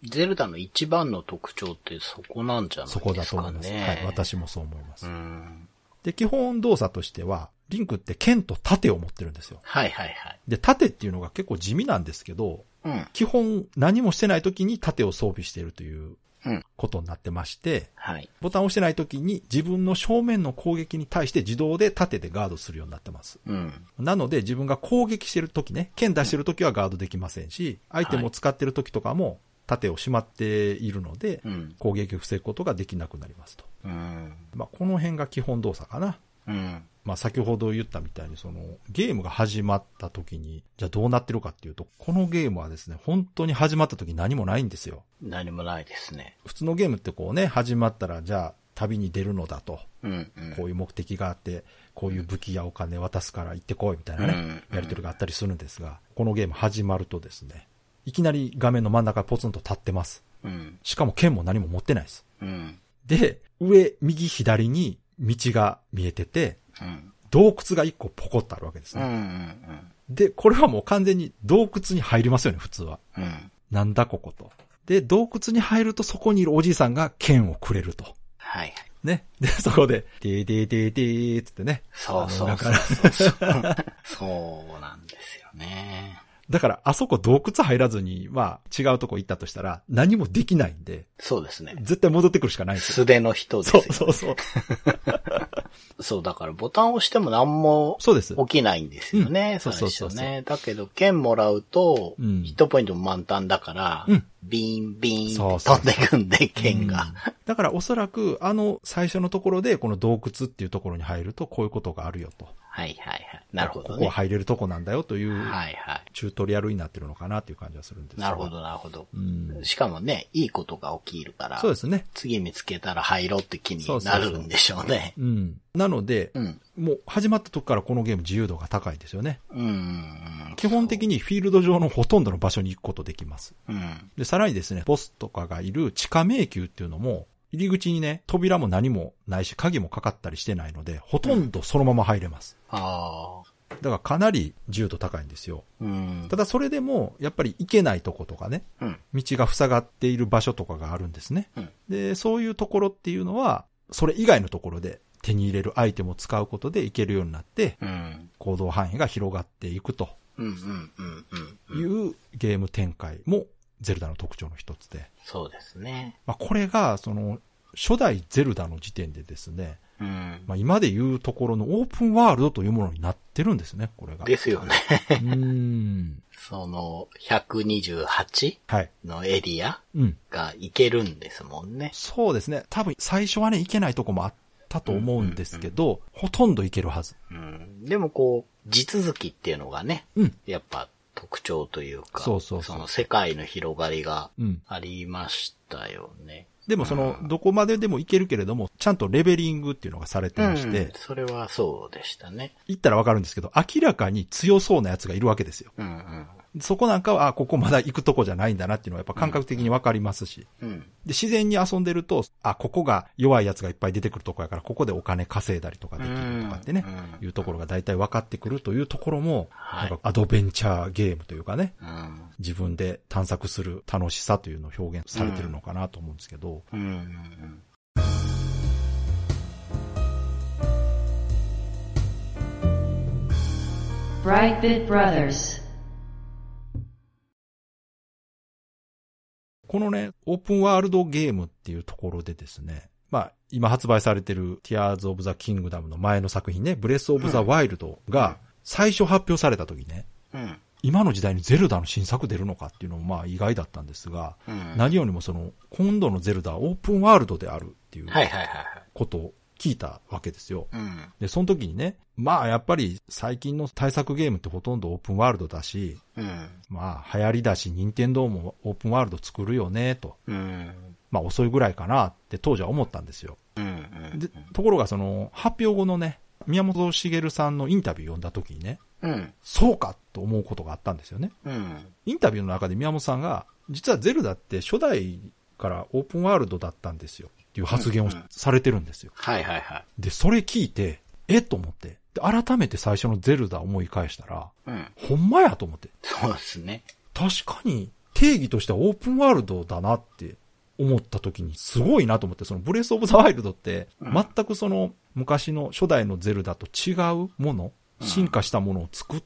S3: ゼルダの一番の特徴ってそこなんじゃないです
S2: そ
S3: かね。
S2: こだと思います。はい、私もそう思います
S3: う。ん。
S2: で、基本動作としては、リンクって剣と盾を持ってるんですよ。
S3: はいはいはい。
S2: で、盾っていうのが結構地味なんですけど、
S3: うん。
S2: 基本何もしてない時に盾を装備しているという
S3: うん
S2: ことになってまして、
S3: はい。
S2: ボタンを押してない時に自分の正面の攻撃に対して自動で盾でガードするようになってます。
S3: うん。
S2: なので自分が攻撃してる時ね、剣出してる時はガードできませんし、アイテムを使ってる時とかも盾をしまっているので
S3: う、ん。
S2: 攻撃を防ぐことができなくなりますと。
S3: うん。
S2: まあ、この辺が基本動作かな。
S3: うん。
S2: まあ、先ほど言ったみたいに、その、ゲームが始まった時に、じゃあどうなってるかっていうと、このゲームはですね、本当に始まった時何もないんですよ。
S3: 何もないですね。
S2: 普通のゲームってこうね、始まったら、じゃあ、旅に出るのだと、
S3: うん。うん
S2: こういう目的があって、こういう武器やお金渡すから行ってこい、みたいなね、
S3: うん
S2: やりとりがあったりするんですが、このゲーム始まるとですね、いきなり画面の真ん中ポツンと立ってます。
S3: うん。
S2: しかも剣も何も持ってないです。
S3: うん。
S2: で、上、右、左に道が見えてて、
S3: うん。
S2: 洞窟が一個ポコッとあるわけです
S3: う
S2: ね。
S3: ん。
S2: で、これはもう完全に洞窟に入りますよね、普通は。
S3: うん。
S2: なんだここと。で、洞窟に入るとそこにいるおじいさんが剣をくれると。
S3: はい。
S2: ね。 で、そこで、でーでーでーでーつってね。
S3: そう
S2: あ
S3: そ
S2: のだ
S3: う
S2: か
S3: そう
S2: ら、
S3: そう。そうなんですよね。
S2: だからあそこ洞窟入らずに、まあ違うとこ行ったとしたら何もできないんで、
S3: そうですね。
S2: 絶対戻ってくるしかないんですよ。
S3: 素手の人です
S2: そ
S3: よ
S2: う。そうそう。
S3: そう、だからボタンを押しても何も
S2: そうです。
S3: 起きないんですよね、
S2: うんそう
S3: 最
S2: そうそうそう
S3: 初ね。だけど、剣もらうと、
S2: うん
S3: ヒットポイントも満タンだから、
S2: うん
S3: ビーンビーン
S2: そう
S3: って
S2: そう
S3: 飛んでいくんで、剣が。
S2: うんだからおそらく、あの最初のところで、この洞窟っていうところに入るとこういうことがあるよと。
S3: はいはいはい。なるほど
S2: ここ
S3: ね。
S2: は入れるとこなんだよという
S3: はいは
S2: チュートリアルになってるのかなっていう感じはするんです
S3: い。
S2: が
S3: なるほ。どなるほど。
S2: うん。
S3: しかもね、いいことが起きるから、
S2: そうですね。
S3: 次見つけたら入ろうって気になるんでしょうね。
S2: うん。なので
S3: う、ん。
S2: もう始まった時からこのゲーム自由度が高いですよね。
S3: うんうん
S2: 基本的にフィールド上のほとんどの場所に行くことできます。
S3: うん。うん。
S2: で、さらにですね、ボスとかがいる地下迷宮っていうのも、入り口にね、扉も何もないし、鍵もかかったりしてないので、ほとんどそのまま入れます。
S3: ああ。
S2: だからかなり自由度高いんですよ。
S3: うん
S2: た。だそれでも、やっぱり行けないとことかね、
S3: うん。
S2: 道が塞がっている場所とかがあるんですね。
S3: うん
S2: で、そういうところっていうのは、それ以外のところで手に入れるアイテムを使うことでいけるようになって、
S3: うん。
S2: 行動範囲が広がっていくと
S3: うんうんうんうんう
S2: い
S3: ん。
S2: うゲーム展開もゼルダの特徴の一つで、
S3: そうですね。
S2: まあ、これが、その、初代ゼルダの時点でですね、
S3: うん。
S2: まあ、今で言うところのオープンワールドというものになってるんですね、これが。
S3: ですよね。
S2: うーん。
S3: その、128
S2: はい。
S3: のエリア
S2: うん。
S3: が行けるんですもんね。
S2: そうですね。多分最初はね、行けないとこもあったと思うんですけど、ほとんど行けるはず。
S3: うん。でもこう、地続きっていうのがね、
S2: うん。
S3: やっぱ特徴というか、
S2: そうそうそう
S3: の世界の広がりが
S2: うん。
S3: ありましたよね。
S2: でもその、どこまででも行けるけれども、ちゃんとレベリングっていうのがされてまして、
S3: うんそれはそうでしたね。
S2: 行ったらわかるんですけど、明らかに強そうなやつがいるわけですよ。
S3: うん
S2: そこなんかは、あ、ここまだ行くとこじゃないんだなっていうのはやっぱ感覚的にわかりますし、
S3: うん。うん。
S2: で、自然に遊んでると、あ、ここが弱いやつがいっぱい出てくるとこやから、ここでお金稼いだりとかできるとかってね、
S3: う
S2: い
S3: ん
S2: うところが大体分かってくるというところも、
S3: はい
S2: なんかアドベンチャーゲームというかね、
S3: うん。
S2: 自分で探索する楽しさというのを表現されてるのかなと思うんですけど、
S3: うんうん
S1: 「Brightbit Brothers」
S2: このね、オープンワールドゲームっていうところでですね、まあ、今発売されてる Tears of the Kingdom の前の作品ね、ブレスオブザワイルドが最初発表された時ね、
S3: うん。
S2: 今の時代にゼルダの新作出るのかっていうのもまあ意外だったんですが、
S3: うん。はい
S2: 何よりもその、今度のゼルダはオープンワールドであるっていう
S3: はいはいは
S2: ことを聞いたわけですよ。
S3: い。うん。
S2: で、その時にね、まあやっぱり最近の対策ゲームってほとんどオープンワールドだし、
S3: うん。
S2: まあ流行りだし、任天堂もオープンワールド作るよね、と。
S3: うん。
S2: まあ遅いぐらいかなって当時は思ったんですよ。
S3: うん。
S2: で、ところがその、発表後のね、宮本茂さんのインタビューを読んだ時にね、
S3: うん。
S2: そうかと思うことがあったんですよね。
S3: うん。
S2: インタビューの中で宮本さんが、実はゼルダって初代からオープンワールドだったんですよっていう発言をされてるんですよ。
S3: はいはいは
S2: で、それ聞いて、えっと思って、で改めて最初のゼルダを思い返したら、
S3: い。うん。
S2: ほんまやと思って、
S3: そうですね。
S2: 確かに定義としてはオープンワールドだなって思った時にすごいなと思って、そのブレスオブザワイルドって
S3: うん
S2: 全くその昔の初代のゼルダと違うもの、
S3: うん
S2: 進化したものを作っ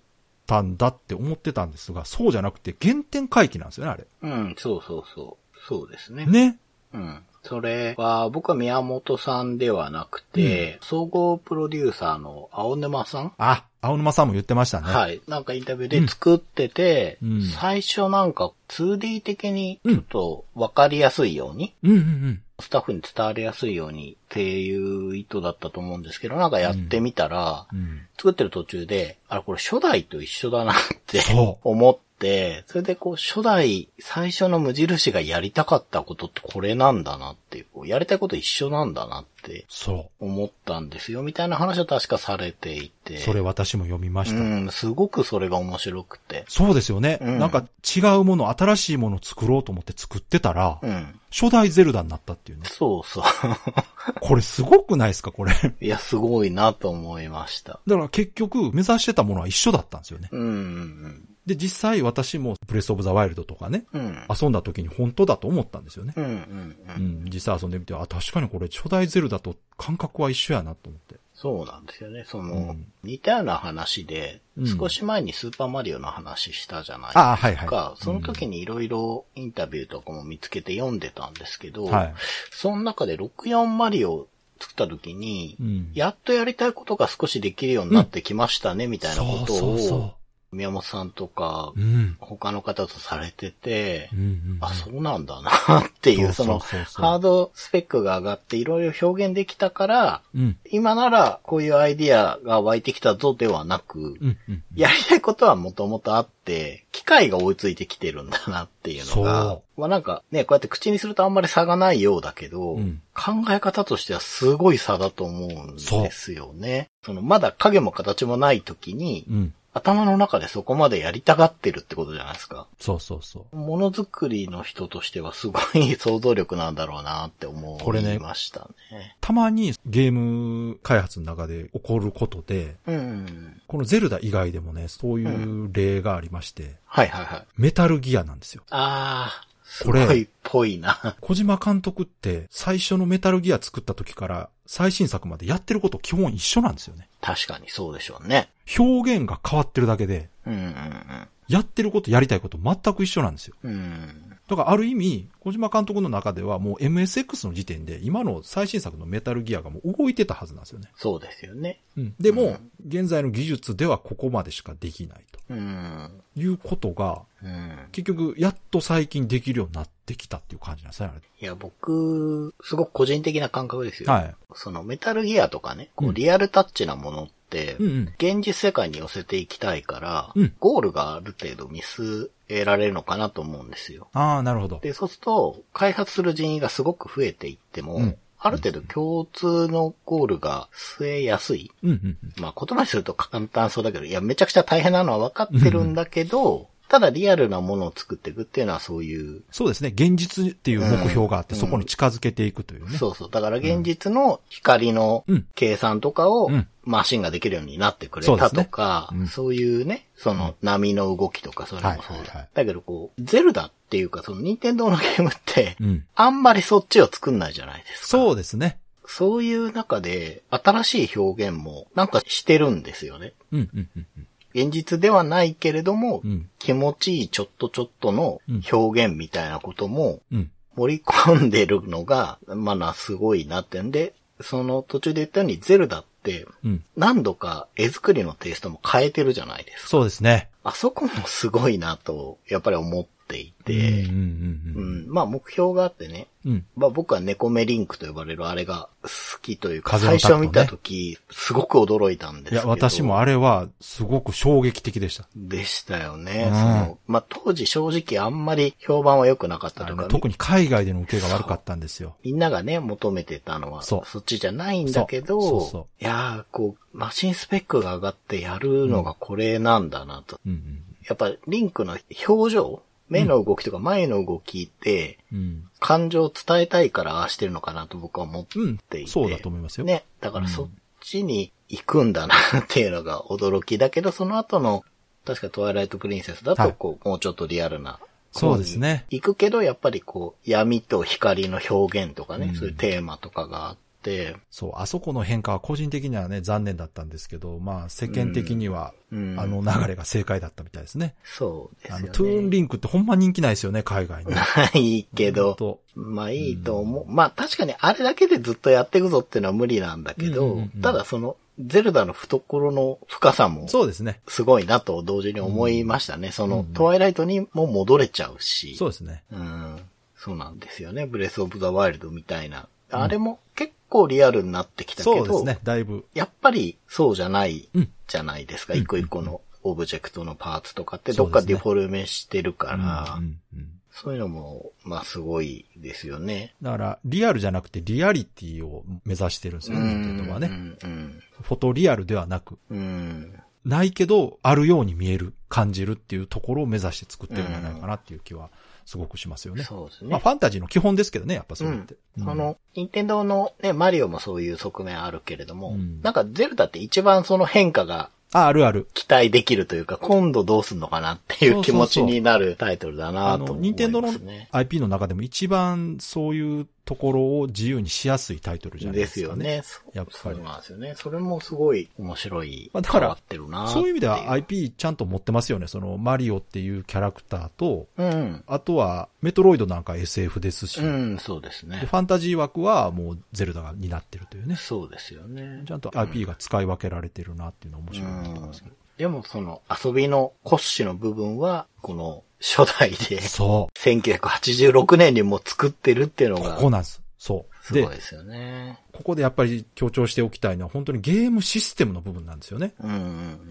S2: たんだって思ってたんですが、そうじゃなくて原点回帰なんですよね、あれ。
S3: うん、そうそうそう。そうですね。
S2: ね。
S3: うん。それは、僕は宮本さんではなくて、総合プロデューサーの青沼さん、
S2: あ、青沼さんも言ってましたね。
S3: はい。なんかインタビューで作ってて、
S2: うん
S3: 最初なんか 2D 的にちょっとわかりやすいように、
S2: うんうんうん。
S3: スタッフに伝わりやすいようにっていう意図だったと思うんですけど、なんかやってみたら、
S2: うん。
S3: 作ってる途中で、あれこれ初代と一緒だなって
S2: そ
S3: 思って、それでこう初代最初の無印がやりたかったことってこれなんだなっていう、こうやりたいこと一緒なんだなって
S2: そ
S3: 思ったんですよみたいな話を確かされていて。
S2: う。それ私も読みました。
S3: うん、すごくそれが面白くて。
S2: そうですよね、
S3: うん
S2: なんか違うもの、新しいものを作ろうと思って作ってたら、
S3: うん。
S2: 初代ゼルダになったっていうね。
S3: そう そう。
S2: これすごくないですか、これ。
S3: いや、すごいなと思いました。
S2: だから結局目指してたものは一緒だったんですよね。
S3: うんうん
S2: で、実際私もブレスオブザワイルドとかね、
S3: うん。うん。
S2: 遊んだ時に本当だと思ったんですよね
S3: う。んうんう。
S2: うんん、実際遊んでみて、あ、確かにこれ初代ゼルダと感覚は一緒やなと思って。
S3: そうなんですよね。その、
S2: うん
S3: 似たような話で、
S2: うん
S3: 少し前にスーパーマリオの話したじゃないですか。
S2: ああ、はいはい。
S3: その時にいろいろインタビューとかも見つけて読んでたんですけど、
S2: うん、はい。
S3: その中で64マリオを作った時に、
S2: うん。
S3: やっとやりたいことが少しできるようになってきましたね、みたいな
S2: そ
S3: こ
S2: う
S3: と
S2: そう
S3: を
S2: そ、
S3: 宮本さんとか
S2: う。う、ん。
S3: 他の方とされてて、
S2: うんうん。
S3: あ、そうなんだなっていう、その、
S2: そうそうそう
S3: ハードスペックが上がっていろいろ表現できたから、
S2: うん。
S3: 今ならこういうアイディアが湧いてきたぞではなく、
S2: うんうん。
S3: やりたいことはもともとあって、機械が追いついてきてるんだなっていうのが
S2: そ、
S3: まあなんかね、こうやって口にするとあんまり差がないようだけど、
S2: うん
S3: 考え方としてはすごい差だと思うんですよね。そのまだ影も形もない時に、
S2: うん。
S3: 頭の中でそこまでやりたがってるってことじゃないですか。
S2: そうそうそう。
S3: ものづくりの人としてはすごい想像力なんだろうなって思
S2: これね
S3: いましたね。
S2: たまにゲーム開発の中で起こることで、
S3: うん。
S2: このゼルダ以外でもね、そういう例がありまして、
S3: はいはいはい。
S2: メタルギアなんですよ。
S3: あー、す
S2: こ
S3: ご
S2: れ
S3: いっぽいな。
S2: 小島監督って最初のメタルギア作った時から最新作までやってること基本一緒なんですよね。
S3: 確かにそうでしょうね。
S2: 表現が変わってるだけで、
S3: うん
S2: やってることやりたいこと全く一緒なんですよ。
S3: うんうん。うん。
S2: だからある意味、小島監督の中ではもう MSX の時点で今の最新作のメタルギアがもう動いてたはずなんですよね。
S3: そうですよね。
S2: うん、で
S3: う
S2: も
S3: ん、
S2: 現在の技術ではここまでしかできないと
S3: うん。
S2: いうことが、
S3: うん。
S2: 結局、やっと最近できるようになってきたっていう感じなんですね、あ
S3: いや、僕、すごく個人的な感覚です
S2: れ。
S3: よ。
S2: はい。
S3: そのメタルギアとかね、こ
S2: うん
S3: うリアルタッチなものって、
S2: うんうん。
S3: 現実世界に寄せていきたいから、
S2: うん
S3: ゴールがある程度見据えられるのかなと思うんですよ。
S2: ああ、なるほど。
S3: で、そうすると、開発する人員がすごく増えていっても、
S2: うん
S3: ある程度共通のゴールが据えやすい。
S2: うんうんうん。
S3: まあ、言葉にすると簡単そうだけど、いや、めちゃくちゃ大変なのは分かってるんだけど、ただリアルなものを作っていくっていうのはそういう、
S2: そうですね。現実っていう目標があって、
S3: うん
S2: そこに近づけていくというね。
S3: そうそう。だから現実の光の
S2: うん
S3: 計算とかを
S2: うん
S3: マシンができるようになってくれ
S2: そうで
S3: た
S2: すね
S3: とか、
S2: うん
S3: そういうね、その波の動きとかそういうのもそう
S2: はいはいは
S3: だ
S2: い。
S3: だけどこう、ゼルダっていうかその任天堂のゲームって、
S2: うん。
S3: あんまりそっちを作んないじゃないですか。
S2: そうですね。
S3: そういう中で新しい表現もなんかしてるんですよね。
S2: うんうんうんうん。
S3: 現実ではないけれども、
S2: うん。
S3: 気持ちいいちょっとちょっとの
S2: うん
S3: 表現みたいなことも
S2: うん。
S3: 盛り込んでるのが、まあな、すごいなってんで、その途中で言ったようにゼルダって
S2: うん。
S3: 何度か絵作りのテイストも変えてるじゃないですか。
S2: そうですね。
S3: あそこもすごいなと、やっぱり思ってい
S2: うん
S3: て、
S2: うん
S3: う
S2: うん。
S3: ん、まあ目標があってね、
S2: うん。
S3: まあ僕は猫目リンクと呼ばれるあれが好きというか、
S2: 風のタ
S3: 最
S2: クト
S3: 初
S2: ね
S3: 見た時、すごく驚いたんです
S2: い
S3: け
S2: や、
S3: ど。
S2: 私もあれは、すごく衝撃的でした。
S3: でしたよね。
S2: うん
S3: そのまあ、当時正直あんまり評判は良くなかった
S2: あ
S3: という
S2: の
S3: か、
S2: 特に海外での受けが悪かったんですよ。
S3: みんながね、求めてたのは、
S2: そ
S3: そうっちじゃないんだけど、
S2: そうそうそ
S3: いやー、こう、マシンスペックが上がってやるのがこれなんだなと。
S2: うん
S3: やっぱ、リンクの表情目の動きとか前の動きって、
S2: うん。うん。
S3: 感情を伝えたいからああしてるのかなと僕は思って
S2: うん
S3: いて。。
S2: そうだと思いますよ。
S3: ね。だからそっちに行くんだなっていうのが驚きだけど、その後の、確かトワイライトプリンセス
S2: は
S3: だと、
S2: い
S3: こう、もうちょっとリアルな。
S2: そうですね。
S3: 行くけど、やっぱりこう、闇と光の表現とかね、
S2: うん
S3: そういうテーマとかがあって、
S2: そう、あそこの変化は個人的にはね、残念だったんですけど、まあ、世間的には、
S3: うん。
S2: あの、流れが正解だったみたいですね。
S3: そうです
S2: あ
S3: よ
S2: の、
S3: ね。
S2: トゥーンリンクってほんま人気ないですよね、海外に。
S3: ないけ
S2: ほん
S3: ど、
S2: と
S3: まあいいと思う。まあ確かにあれだけでずっとやっていくぞっていうのは無理なんだけ
S2: うん
S3: ど、
S2: うんうんうん
S3: ただその、ゼルダの懐の深さも、
S2: そうですね。
S3: すごいなと同時に思いましたね。そ
S2: う
S3: の、
S2: ん
S3: トワイライトにも戻れちゃうし。
S2: そうですね。
S3: うん。そうなんですよね。ブレスオブザワイルドみたいな。あれも結構リアルになってきたけ
S2: そうで
S3: ど、
S2: すね、だいぶ。
S3: やっぱりそうじゃない
S2: うん
S3: じゃないですか。一個一個のオブジェクトのパーツとかって
S2: そう
S3: ど
S2: で
S3: っ
S2: すね
S3: かデフォルメしてるか
S2: う
S3: ら、そう,、
S2: んうんうん
S3: いうのも、まあすごいですよね。
S2: だから、リアルじゃなくてリアリティを目指してるんですよ、ニンテンドーは
S3: う
S2: ね。
S3: んうん
S2: フォトリアルではなく、
S3: うん。うん。
S2: ないけど、あるように見える、感じるっていうところを目指して作ってるんじゃないかなっていう気は、すごくしますよね。
S3: そうですね。
S2: まあ、ファンタジーの基本ですけどね、やっぱそうやって。
S3: あ
S2: うん
S3: の、任天堂のね、マリオもそういう側面あるけれども、
S2: うん
S3: なんかゼルダって一番その変化が
S2: あ、あるある。
S3: 期待できるというか、今度どうすんのかなってい
S2: そううそ
S3: 気
S2: うそう
S3: 持ちになるタイトルだ
S2: あ
S3: なと
S2: の、
S3: 思
S2: 任
S3: い
S2: 天堂の
S3: ますね。
S2: IP の中でも一番そういうところを自由にしやすいタイトルじゃない
S3: で
S2: ですすか
S3: よ
S2: ね。
S3: ね。そう
S2: やっぱり
S3: そうなんですよね。それもすごい面白い。
S2: まあだから
S3: 変わってるな
S2: そういう意味では
S3: ってい
S2: IP ちゃんと持ってますよね。そのマリオっていうキャラクターと、
S3: ううん。
S2: あとはメトロイドなんか SF ですし、
S3: うん、そうです
S2: で
S3: ね
S2: フ。ァンタジー枠はもうゼルダが担ってるというね。
S3: そうですよね。
S2: ちゃんと IP が使い分けられてるなっていうのは面
S3: う
S2: 白いなと思い
S3: ん
S2: ますけど。。
S3: でもその遊びの骨子の部分は、この初代で
S2: そ
S3: 1986年にもう作ってるっていう
S2: う。
S3: の
S2: こ
S3: が、
S2: こなんです。そう。
S3: すごい
S2: で、
S3: ですよね。
S2: ここでやっぱり強調しておきたいのは本当にゲームシステムの部分なんですよね。
S3: うんうんう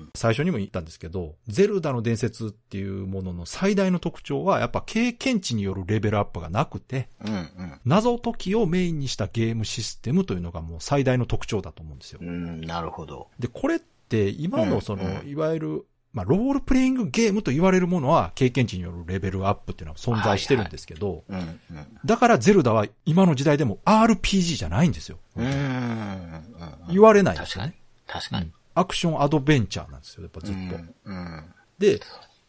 S3: ん。
S2: 最初にも言ったんですけど、ゼルダの伝説っていうものの最大の特徴は、やっぱ経験値によるレベルアップがなくて、
S3: うん
S2: 謎解きをメインにしたゲームシステムというのがもう最大の特徴だと思うんですよ
S3: うん。う。ん、なるほど。
S2: で、これって今のそ
S3: うん
S2: の、
S3: うん
S2: いわゆる、まあ、ロールプレイングゲームと言われるものは経験値によるレベルアップっていうのは存在してるんですけど、
S3: うんうん。
S2: だからゼルダは今の時代でも RPG じゃないんですよ。
S3: うーん。うん
S2: 言われないんで
S3: 確
S2: す
S3: か
S2: よ
S3: に
S2: ね。。
S3: 確かに。
S2: アクションアドベンチャーなんですよ、やっぱずっと。
S3: うん。うん。
S2: で、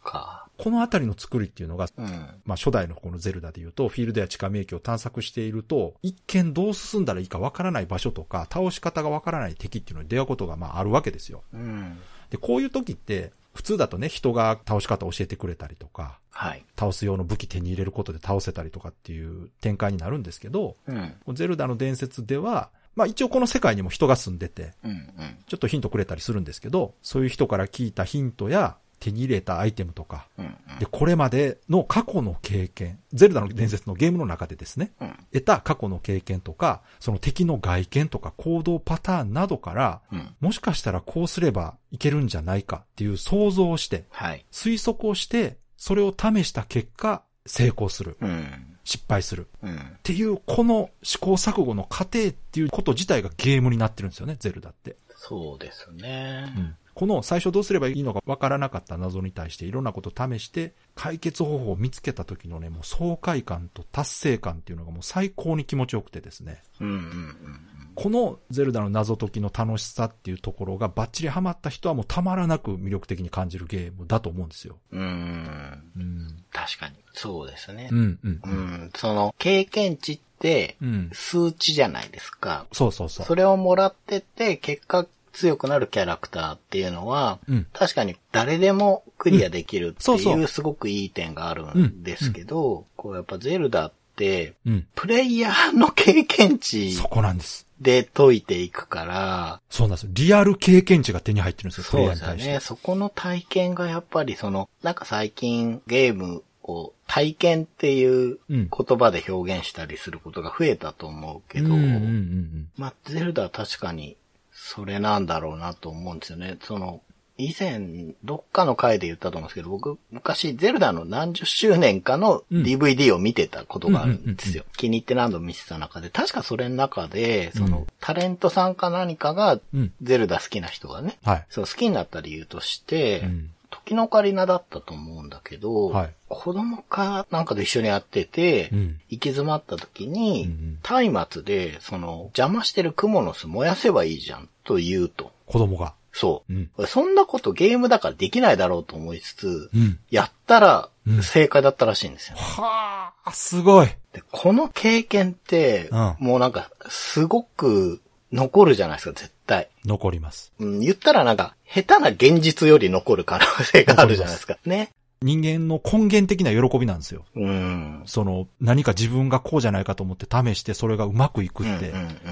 S3: か。
S2: このあたりの作りっていうのが、
S3: うん。
S2: まあ、初代のこのゼルダで言うと、フィールドや地下迷宮を探索していると、一見どう進んだらいいかわからない場所とか、倒し方がわからない敵っていうのに出会うことがまああるわけですよ。
S3: うん。
S2: で、こういう時って、普通だとね、人が倒し方を教えてくれたりとか、
S3: はい。
S2: 倒す用の武器手に入れることで倒せたりとかっていう展開になるんですけど、
S3: うん。
S2: ゼルダの伝説では、まあ一応この世界にも人が住んでて、
S3: うん。うん。
S2: ちょっとヒントくれたりするんですけど、そういう人から聞いたヒントや、手に入れたアイテムとか、
S3: うん。
S2: で、これまでの過去の経験、ゼルダの伝説のゲームの中でですね、
S3: うん。
S2: 得た過去の経験とか、その敵の外見とか行動パターンなどから、
S3: うん。
S2: もしかしたらこうすればいけるんじゃないかっていう想像をして、
S3: はい。
S2: 推測をして、それを試した結果、成功する、
S3: うん。
S2: 失敗する。っ
S3: うん。
S2: ていう、この試行錯誤の過程っていうこと自体がゲームになってるんですよね、ゼルダって。
S3: そうですね。
S2: この最初どうすればいいのか分からなかった謎に対していろんなことを試して解決方法を見つけた時のね、もう爽快感と達成感っていうのがもう最高に気持ちよくてですね。
S3: うん。うん。うん。
S2: このゼルダの謎解きの楽しさっていうところがバッチリハマった人はもうたまらなく魅力的に感じるゲームだと思うんですよ。
S3: うん。
S2: うん。
S3: 確かに。そうですね
S2: う。ん、うん
S3: う。ん。その、経験値って
S2: う、ん。
S3: 数値じゃないですか。
S2: そうそうそう。
S3: それをもらってって、結果、強くなるキャラクターっていうのは、
S2: うん
S3: 確かに誰でもクリアできるって
S2: そうそ
S3: いううすごくいい点があるんですけど、こうやっぱゼルダって、
S2: うん。
S3: プレイヤーの経験値
S2: そこなんです。
S3: で解いていくから、
S2: そうなんです。リアル経験値が手に入ってるんですよ、プ
S3: そ
S2: レイ
S3: う
S2: ヤーに
S3: ですよ
S2: 対して。
S3: ね。そこの体験がやっぱりその、なんか最近ゲームを体験っていう
S2: うん
S3: 言葉で表現したりすることが増えたと思うけど、
S2: うんうんうんうん。
S3: まあ、ゼルダは確かに、それなんだろうなと思うんですよね。その、以前、どっかの回で言ったと思うんですけど、僕、昔、ゼルダの何十周年かの
S2: うん
S3: DVD を見てたことがあるんですよ。
S2: う
S3: 気に入って何度も見てた中で、確かそれの中で、そ
S2: う
S3: の、
S2: ん
S3: タレントさんか何かが、
S2: うん。
S3: ゼルダ好きな人がね、
S2: はい。
S3: そう、好きになった理由として、
S2: うん。
S3: 時のオカリナだったと思うんだけど、
S2: はい
S3: 子供かなんかと一緒にやってて、
S2: うん。
S3: 行き詰まった時
S2: うんう
S3: に、
S2: ん
S3: 松明で、その、邪魔してる蜘蛛の巣燃やせばいいじゃん、と言うと。
S2: 子供が。
S3: そ
S2: うん。
S3: う。そんなことゲームだからできないだろうと思いつつ、
S2: うん。
S3: やったら
S2: うん、
S3: 正解だったらしいんですよ。
S2: はあ、すごい。
S3: でこの経験って、
S2: うん
S3: もうなんか、すごく残るじゃないですか、絶対。
S2: 残ります。
S3: うん、言ったらなんか、下手な現実より残る可能性があるじゃないですか。ね。
S2: 人間の根源的な喜びなんですよ。
S3: うん。
S2: その、何か自分がこうじゃないかと思って試してそれがうまくいくって、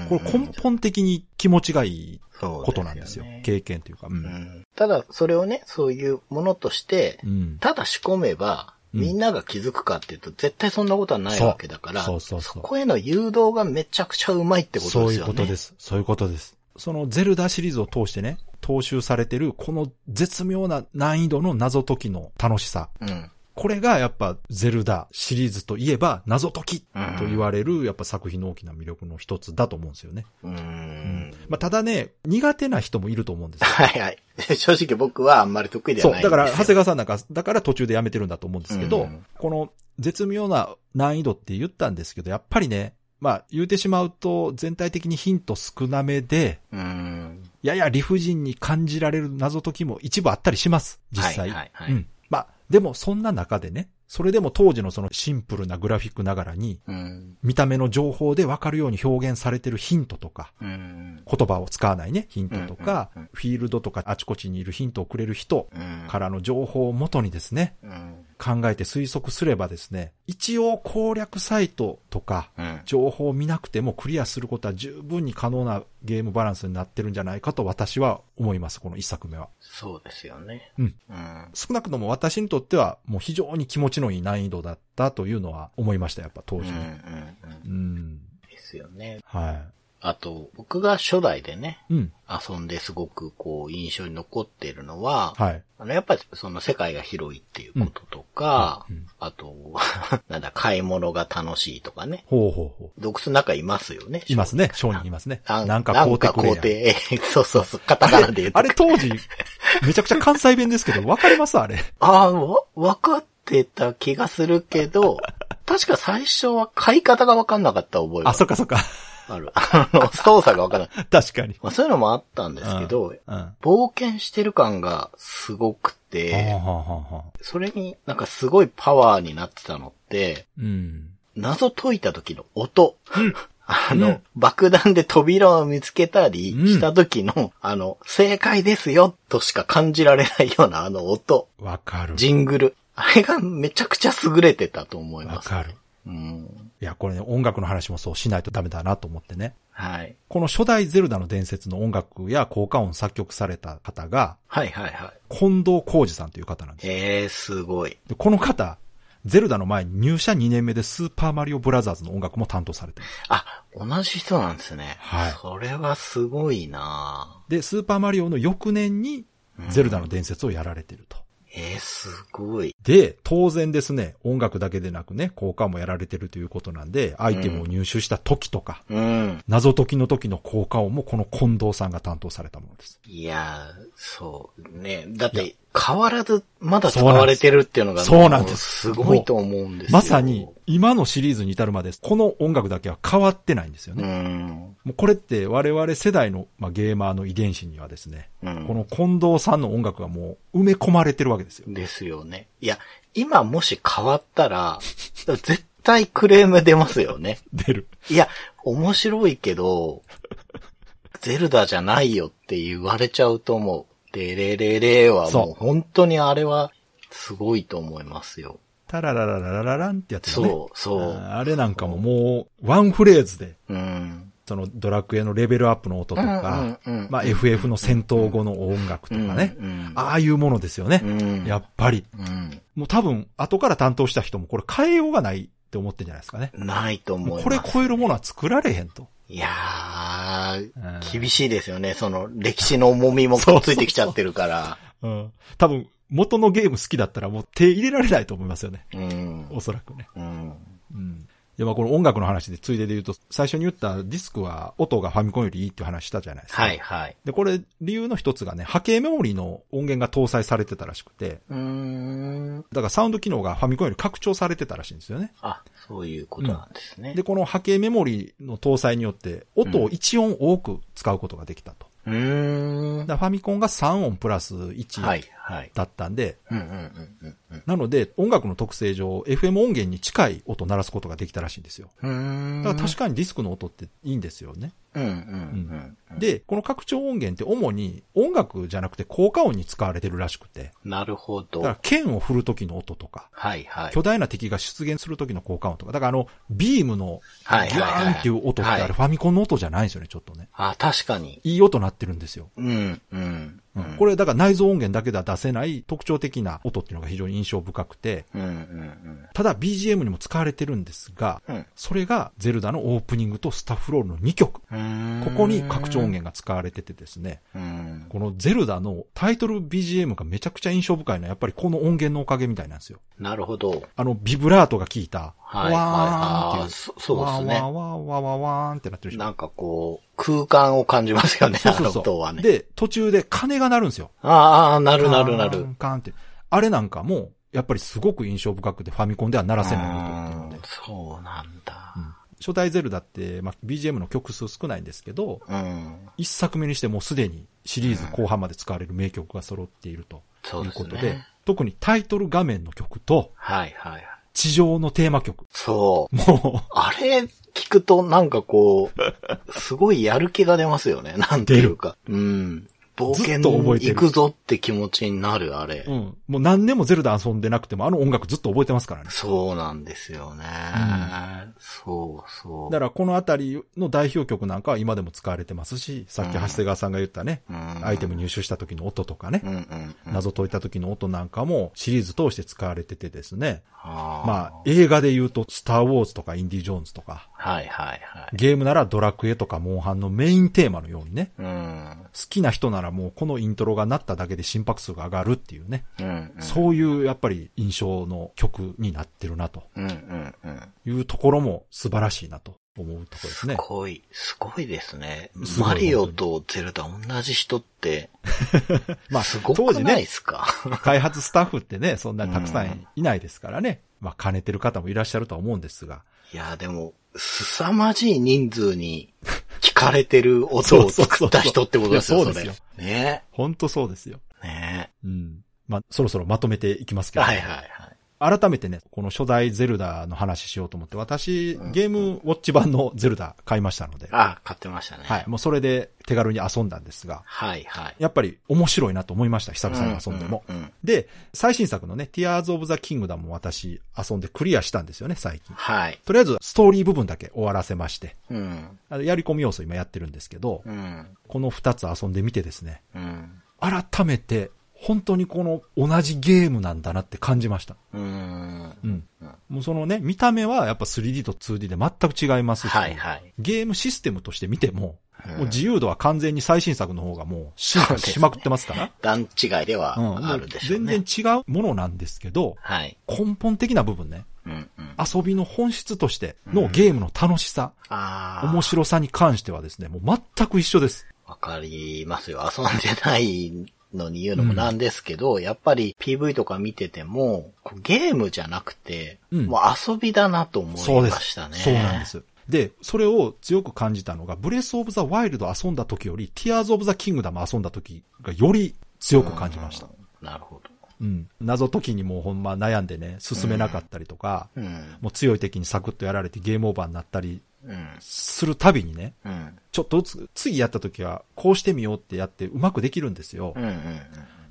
S2: これ根本的に気持ちがいい
S3: こ
S2: ことなんですよ。経験というか。う。
S3: うんんただ、それをね、そういうものとして
S2: う、ん。
S3: ただ仕込めば、
S2: うん
S3: みんなが気づくかっていうと、絶対そんなことはないわけだから、
S2: そうそうそう
S3: こへの誘導がめちゃくちゃうまいってこと
S2: そうい
S3: です
S2: う
S3: よね。。
S2: ことですす。そういうことです。そのゼルダシリーズを通してね、踏襲されてる、この絶妙な難易度の謎解きの楽しさ。
S3: うん。
S2: これがやっぱゼルダシリーズといえば謎解きと
S3: うん
S2: 言われるやっぱ作品の大きな魅力の一つだと思うんですよね。
S3: うーん。
S2: まあ、ただね、苦手な人もいると思うん ですよ。
S3: はいはい。正直僕はあんまり得意では
S2: そう
S3: ない。んで
S2: だ
S3: すよ
S2: から、長谷川さんなんか、だから途中でやめてるんだと思うんですけど、
S3: うん
S2: この絶妙な難易度って言ったんですけど、やっぱりね、まあ言うてしまうと全体的にヒント少なめで、
S3: うーん。
S2: やや理不尽に感じられる謎解きも一部あったりします、実際。
S3: はいはいはい
S2: うん。まあ、でもそんな中でね、それでも当時のそのシンプルなグラフィックながらに、
S3: うん。
S2: 見た目の情報でわかるように表現されてるヒントとか、
S3: うん。
S2: 言葉を使わないね、ヒントとか、
S3: うんうんうん
S2: フィールドとかあちこちにいるヒントをくれる人
S3: うん。
S2: からの情報をもとにですね、
S3: うん。
S2: 考えて推測すればですね、一応攻略サイトとか、
S3: うん。
S2: 情報を見なくてもクリアすることは十分に可能なゲームバランスになってるんじゃないかと私は思います、この一作目は。
S3: そうですよね。
S2: うん。
S3: うん。
S2: 少なくとも私にとってはもう非常に気持ちのいい難易度だったというのは思いました、やっぱ当
S3: うん。う
S2: 時
S3: ん。
S2: に。
S3: うん。
S2: うん。
S3: ですよね。
S2: は
S3: あと、僕が初代でね、
S2: い。うん。
S3: 遊んですごくこう印象に残っているのは、
S2: はい。
S3: あの、やっぱりその世界が広いっていうこととか、
S2: うんうん
S3: あと、 なんだ、買い物が楽しいとかね。
S2: ほうほうほ
S3: 洞窟の中いますよね。
S2: う。いますね。商人いますね。
S3: な
S2: なんん
S3: か
S2: か
S3: な
S2: 買
S3: ん
S2: うて
S3: か
S2: く
S3: 皇
S2: れや。
S3: 帝。 そうそうそう、カタカナで言うと。
S2: あれ当時、めちゃくちゃ関西弁ですけど、わかりますあれ。
S3: ああ、わ、わかってた気がする けど、確か最初は買い方がわかんなかった覚え
S2: あ、
S3: が
S2: そっかそっ か。
S3: ある。あの、操作がわからない。
S2: 確かに。
S3: まあそういうのもあったんですけ
S2: う
S3: ど、
S2: ん。は
S3: 冒険してる感がすご
S2: あ
S3: く
S2: は
S3: て、
S2: あはあはあ
S3: それになんかすごいパワーになってたのって、
S2: うん。
S3: 謎解いた時の音。あの、
S2: うん
S3: 爆弾で扉を見つけたり
S2: うん
S3: した時の、あの、正解ですよとしか感じられないようなあの音、
S2: わかる。
S3: ジングル。あれがめちゃくちゃ優れてたと思い
S2: わ
S3: ます。
S2: かる。
S3: うん。
S2: いや、これね、音楽の話もそうしないとダメだなと思ってね。
S3: はい。
S2: この初代ゼルダの伝説の音楽や効果音を作曲された方が、
S3: はいはいはい。
S2: 近藤浩二さんという方なんです。
S3: ええー、すごい。
S2: でこの方、ゼルダの前に入社2年目でスーパーマリオブラザーズの音楽も担当されてる。
S3: あ、同じ人なんですね。
S2: はい
S3: それはすごいな
S2: で、スーパーマリオの翌年にゼルダの伝説をやられてると。
S3: ええー、すごい。
S2: で、当然ですね、音楽だけでなくね、効果もやられてるということなんで、アイテムを入手した時とか、
S3: うん。
S2: 謎解きの時の効果音もこの近藤さんが担当されたものです。
S3: いやー、そうね。だって、変わらず、まだ使われてるっていうのが、
S2: そうなんです
S3: もうすごいと思うんですよ。
S2: まさに、今のシリーズに至るまで、この音楽だけは変わってないんですよ
S3: う
S2: ね。
S3: ん。
S2: もうこれって我々世代の、まあ、ゲーマーの遺伝子にはですね、
S3: うん。
S2: この近藤さんの音楽がもう埋め込まれてるわけですよ。
S3: ですよね。いや、今もし変わったら、絶対クレーム出ますよね。
S2: 出る。
S3: いや、面白いけど、ゼルダじゃないよって言われちゃうと思う。レレレレはも
S2: そう
S3: う本当にあれはすごいと思いますよ。
S2: タララララララランってやつだね。
S3: そう、そう。
S2: ああれなんかももう、ワンフレーズで、
S3: うん。
S2: そのドラクエのレベルアップの音とか、
S3: うんうんうん
S2: まあ FF の戦闘後の音楽とかね、
S3: うんうん
S2: ああいうものですよね。
S3: うん
S2: やっぱり。
S3: うん。
S2: もう多分、後から担当した人もこれ変えようがないって思ってんじゃないですかね。
S3: ないと思い
S2: も
S3: ま
S2: う
S3: す。
S2: これ超えるものは作られへんと。
S3: いやー、
S2: うん
S3: 厳しいですよね。その、歴史の重みもくっついてきちゃってるから。
S2: うん。多分、元のゲーム好きだったらもう手入れられないと思い ますよね。
S3: うん。
S2: おそらくね。
S3: うん。
S2: うん。いや、まあこの音楽の話でついでで言うと、最初に言ったディスクは音がファミコンよりいいっていう話したじゃないですか。
S3: はいはい。
S2: で、これ、理由の一つがね、波形メモリの音源が搭載されてたらしくて、
S3: うーん。
S2: だからサウンド機能がファミコンより拡張されてたらしいんですよね。
S3: あ、そういうことなんですね
S2: で、。この波形メモリの搭載によって、音を1音多く使うことができたと。
S3: うー
S2: だ
S3: ん。
S2: からファミコンが3音プラス
S3: はい
S2: 1
S3: はい。
S2: だったんで、
S3: うんうんうんうん
S2: なので、音楽の特性上、FM 音源に近い音を鳴らすことができたらしいんですよ。
S3: うん。うーん。
S2: だから確かにディスクの音っていいんですよね。
S3: うんうんうんうん。
S2: で、この拡張音源って主に音楽じゃなくて効果音に使われてるらしくて、
S3: なるほ
S2: だから
S3: ど。
S2: 剣を振る時の音とか、
S3: はいはい。
S2: 巨大な敵が出現する時の効果音とか、だからあの、ビームのギ
S3: はい
S2: ュ
S3: はいはい
S2: ーンっていう音ってあ
S3: はい
S2: れファミコンの音じゃないんですよね、ちょっとね。
S3: あ、確かに。
S2: いい音鳴ってるんですよ。
S3: うんうん。
S2: うんこれだから内蔵音源だけでは出せない特徴的な音っていうのが非常に印象深くて、
S3: うんうんうん。
S2: ただ BGM にも使われてるんですが、
S3: うん
S2: それがゼルダのオープニングとスタッフロールの2曲。
S3: うーん
S2: ここに拡張音源が使われててですね、
S3: うん。
S2: このゼルダのタイトル BGM がめちゃくちゃ印象深いのはやっぱりこの音源のおかげみたいなんですよ。
S3: なるほど。
S2: あのビブラートが効いた、
S3: はい
S2: わーんってい
S3: はいは
S2: う
S3: い、そそうですね
S2: わーわーわーわーわーんってなってるでしょ
S3: なんかこう、空間を感じますよね、
S2: そうそう
S3: あの音
S2: そ
S3: は
S2: う。
S3: ね。
S2: で、途中で鐘が鳴るんですよ。
S3: ああ、なるなるな
S2: カー
S3: る
S2: ン。カーンって。あれなんかも、やっぱりすごく印象深くてファミコンでは鳴らせない音っていうので
S3: うーん。そうなんだ。
S2: 初代ゼルダって、まあ、BGM の曲数少ないんですけど、
S3: うん。
S2: 一作目にしてもうすでにシリーズ後半まで使われる名曲が揃っていると
S3: そう
S2: い
S3: で
S2: う
S3: す
S2: ことで、
S3: ね。
S2: 特にタイトル画面の曲と
S3: はいはいはい。
S2: 地上のテーマ曲。
S3: そう。
S2: も
S3: あれ、聞くとなんかこう、すごいやる気が出ます よね。なんていうか。うん。冒険
S2: ずっと覚えてる
S3: 行くぞって気持ちになる、あれ。
S2: う、うん。もう何年もゼルダ遊んでなくてもあの音楽ずっと覚えてますからね。
S3: そうなんですよね。そうそう。
S2: だからこのあたりの代表曲なんかは今でも使われてますし、さっき長谷川さんが言ったね、
S3: うん
S2: アイテム入手した時の音とかね
S3: う、んうんうん。
S2: 謎解いた時の音なんかもシリーズ通して使われててですね。ま
S3: ま
S2: あ、映画で言うと、スター・ウォーズとかインディ・ジョーンズとか、
S3: あ。はいはいはい。
S2: ゲームならドラクエとかモンハンのメインテーマのようにね、
S3: うん。
S2: 好きな人ならもうこのイントロが鳴っただけで心拍数が上がるっていうね、
S3: うんうん。
S2: そういうやっぱり印象の曲になってるなと
S3: うんうんうん。
S2: いうところも素晴らしいなと思うところですね
S3: す。ごい、すごいですね。
S2: すごい
S3: マリオとゼルダ同じ人って、
S2: まあ
S3: すご、
S2: 当
S3: く
S2: 時
S3: ないで
S2: ね、
S3: すか、
S2: 開発スタッフってね、そんなにたくさんいないですからね、まあ兼ねてる方もいらっしゃるとは思うんですが、
S3: いや、でも、凄まじい人数に 聞かれてる音を作った人ってことですよ、
S2: そ
S3: そう
S2: そうそう
S3: れ
S2: いや。
S3: ね
S2: ほんとそうですよ。
S3: え。ね
S2: うん。まあ、そろそろまとめていきますけ
S3: え。
S2: ど。
S3: はいはいはい。
S2: 改めてね、この初代ゼルダの話しようと思って、私、ゲームウォッチ版のゼルダ買いましたので、
S3: あ、買ってましたね。
S2: はい、。もうそれで手軽に遊んだんですが、
S3: はいはい。
S2: やっぱり面白いなと思いました、久々に遊んでも。
S3: うんうんうん
S2: で、最新作のね、Tears of the Kingdom も私遊んでクリアしたんですよね、最近。
S3: はい。
S2: とりあえずストーリー部分だけ終わらせまして、
S3: うん。
S2: あのやり込み要素今やってるんですけど、
S3: うん。
S2: この二つ遊んでみてですね、
S3: うん。
S2: 改めて本当にこの同じゲームなんだなって感じました。
S3: うん。
S2: うん。もうそのね、見た目はやっぱ 3D と 2D で全く違いますし、
S3: はいはい。
S2: ゲームシステムとして見ても、
S3: うん
S2: もう自由度は完全に最新作の方がもう進化しまくってますから、
S3: 段違いでは
S2: うん、
S3: あるでしょうね。
S2: 全然違うものなんですけど、
S3: はい。
S2: 根本的な部分ね、
S3: うんうん。
S2: 遊びの本質としてのゲームの楽しさ、
S3: あー
S2: 面白さに関してはですね、もう全く一緒です。
S3: わかりますよ。遊んでないのに言うのもなんですけど、やっぱり PV とか見てても、こうゲームじゃなくて、
S2: うん
S3: もう遊びだなと思い
S2: そうで。
S3: ますしたね。
S2: そうなんで。す。で、それを強く感じたのが、ブレスオブザワイルド遊んだ時より、ティアーズオブザキングダム遊んだ時がより強く感じました。
S3: なるほど。
S2: うん。謎解きにもうほんま悩んでね、進めなかったりとか、
S3: うん。
S2: もう強い敵にサクッとやられてゲームオーバーになったり
S3: うん。
S2: するたびにね、
S3: うん。
S2: ちょっとずつ、次やった時は、こうしてみようってやってうまくできるんですよ
S3: う。ん。うん。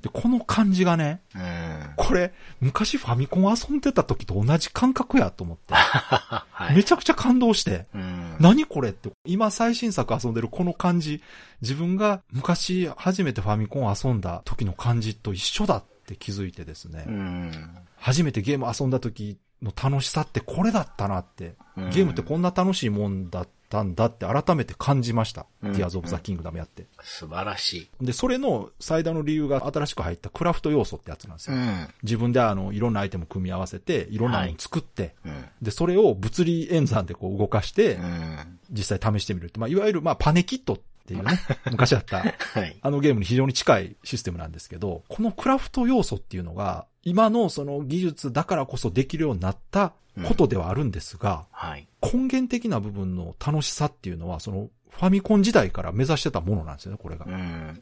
S2: で、この感じがね、
S3: うん。うん
S2: これ、昔ファミコン遊んでた時と同じ感覚やと思って、
S3: はい。
S2: めちゃくちゃ感動して、
S3: うん。
S2: 何これって、今最新作遊んでるこの感じ、自分が昔初めてファミコン遊んだ時の感じと一緒だって気づいてですね、
S3: うん。
S2: 初めてゲーム遊んだ時の楽しさってこれだったなって、
S3: うん
S2: ゲームってこんな楽しいもんだったんだって改めて感じました。
S3: うん
S2: Tears of the Kingdom やって。
S3: 素晴らしい。
S2: で、それの最大の理由が新しく入ったクラフト要素ってやつなんです
S3: う
S2: よ。
S3: ん。
S2: 自分であの、いろんなアイテム組み合わせて、いろんなもの作って、
S3: うん。
S2: で、それを物理演算でこう動かして
S3: う、ん。
S2: 実際試してみるって、まあ、いわゆるまあ、パネキットっていう ね、昔あった、
S3: はい。
S2: あのゲームに非常に近いシステムなんですけど、このクラフト要素っていうのが、今のその技術だからこそできるようになったことではあるんですが、
S3: はい。
S2: 根源的な部分の楽しさっていうのは、そのファミコン時代から目指してたものなんですよね、これが
S3: う。ん。う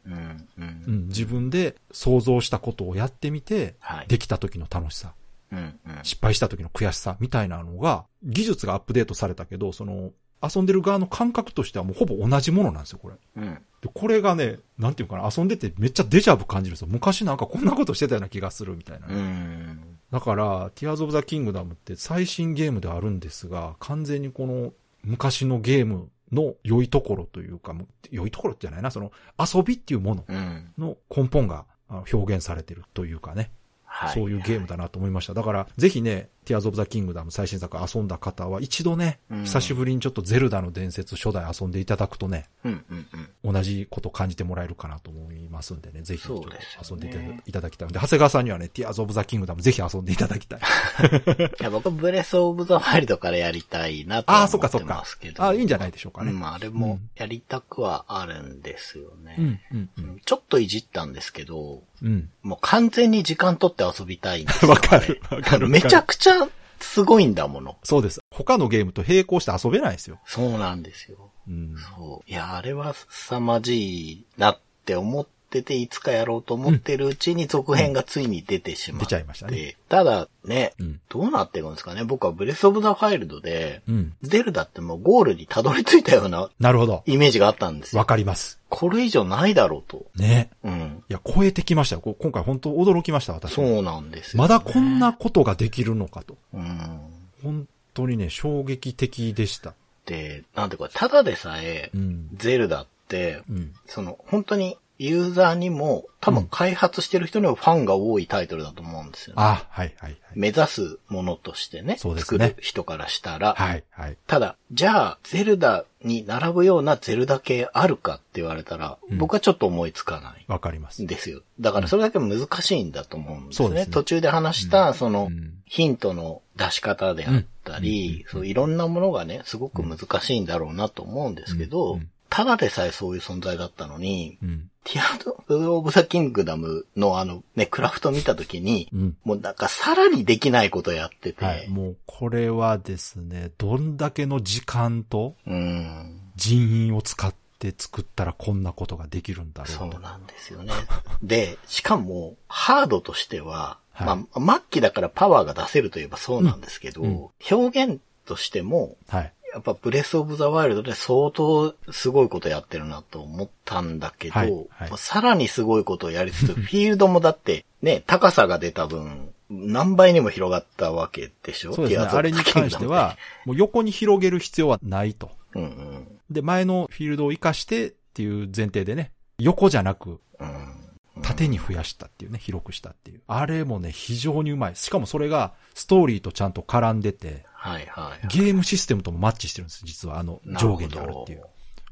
S3: ん。うん
S2: う。ん、自分で想像したことをやってみて、
S3: はい。
S2: できた時の楽しさ、
S3: うん。うん。
S2: 失敗した時の悔しさみたいなのが、技術がアップデートされたけど、その、遊んでる側の感覚としてはもうほぼ同じものなんですよ、これ。
S3: うん。
S2: で、これがね、なんていうかな、遊んでてめっちゃデジャブ感じるんですよ。昔なんかこんなことしてたような気がするみたいな。
S3: うん。
S2: だから、Tears of the Kingdom って最新ゲームではあるんですが、完全にこの昔のゲームの良いところというか、もう良いところじゃないな、その遊びっていうもの
S3: うん。
S2: の根本があの表現されてるというかね、
S3: はい。
S2: そういうゲームだなと思いました。だから、ぜひね、Tears of the Kingdom 最新作遊んだ方は一度ね、
S3: うん
S2: 久しぶりにちょっとゼルダの伝説初代遊んでいただくとね、
S3: うん。うん。うん。
S2: 同じこと感じてもらえるかなと思いますんでね、ぜひちょっ
S3: そ
S2: と
S3: うです
S2: 遊
S3: よね
S2: んでいただ,、きたいので、長谷川さんにはね、Tears of the Kingdom ぜひ遊んでいただ きたい。
S3: いや、僕、ブレスオブザワイルドからやりたいなと
S2: あ
S3: は
S2: あ、そっか
S3: 思っ
S2: そ
S3: て
S2: っか
S3: ますけ。ど。
S2: ああ、いいんじゃないでしょうかね。
S3: うん、あれもやりたくはあるんですよね。
S2: うん、うん、うん。
S3: ちょっといじったんですけど、
S2: うん。
S3: もう完全に時間取って遊びたいんですよ。
S2: わかる
S3: あれ
S2: わかる
S3: めちゃくちゃすごいんだもの。
S2: そうです。他のゲームと並行して遊べないですよ。
S3: そうなんですよ。
S2: うん。
S3: そう。いや、あれは凄まじいなって思ってて、いつかやろうと思ってるうちに続編がついに出てしまって。
S2: 出ちゃいましたね
S3: ただね、
S2: うん。
S3: どうなっていくんですかね。僕はブレスオブザファイルドで、
S2: うん。
S3: ゼルダってもうゴールにたどり着いたような
S2: なるほど。
S3: イメージがあったんです
S2: わ
S3: よ。
S2: かります。
S3: これ以上ないだろうと。
S2: ね。
S3: うん。
S2: いや、超えてきましたよ。こ今回本当驚きました、私。
S3: そうなんですよ、
S2: まだこんなことができるのかと。
S3: うん。
S2: 本当にね、衝撃的でした。
S3: で、なんていうか、ただでさえ
S2: う、ん。
S3: ゼルダって、
S2: うん。
S3: その、本当にユーザーにも、多分開発してる人にもファンが多いタイトルだと思うんですよ、ね。
S2: あ、はい、はい、はい。
S3: 目指すものとしてね、
S2: そうです
S3: 作
S2: ね
S3: る人からしたら、
S2: はい、はい。
S3: ただ、じゃあ、ゼルダに並ぶようなゼルダ系あるかって言われたら、
S2: うん
S3: 僕はちょっと思いつかない。
S2: わかります。
S3: ですよ。だからそれだけ難しいんだと思うんですね。
S2: そうですね
S3: 途中で話した、その、
S2: うん
S3: ヒントの出し方であったり、そういろんなものがね、すごく難しいんだろうなと思うんですけ
S2: う
S3: ど
S2: ん、
S3: ただでさえそういう存在だったのに、
S2: うん。
S3: ティアド・オブ・ザ・キングダムのあのね、クラフト見たときに、
S2: うん。
S3: もうなんかさらにできないことやってて、
S2: はい。もう、これはですね、どんだけの時間と
S3: うん、
S2: 人員を使って作ったらこんなことができるんだろ
S3: そうう
S2: と。
S3: なんですよね。で、しかも、ハードとしては、
S2: はい
S3: まあ、末期だからパワーが出せるといえばそうなんですけど、
S2: うんうん
S3: 表現としても、
S2: はい。
S3: やっぱブレスオブザワイルドで相当すごいことやってるなと思ったんだけど、
S2: はいはい
S3: まあさらにすごいことをやりつ つ、フィールドもだってね、高さが出た分、何倍にも広がったわけでしょ
S2: そうですね。
S3: ティアーズオ
S2: あ
S3: ブ
S2: れに
S3: ザキン
S2: 関
S3: グ
S2: し
S3: ダ
S2: て
S3: ム
S2: は、もう横に広げる必要はないと。
S3: うんうん。
S2: で、前のフィールドを活かしてっていう前提でね、横じゃなく、
S3: うん。
S2: 縦に増やしたっていうね、広くしたっていう。あれもね、非常にうまい。しかもそれが、ストーリーとちゃんと絡んでて、
S3: はいはい。
S2: ゲームシステムともマッチしてるんです、実は。あの、上下にあるっていう。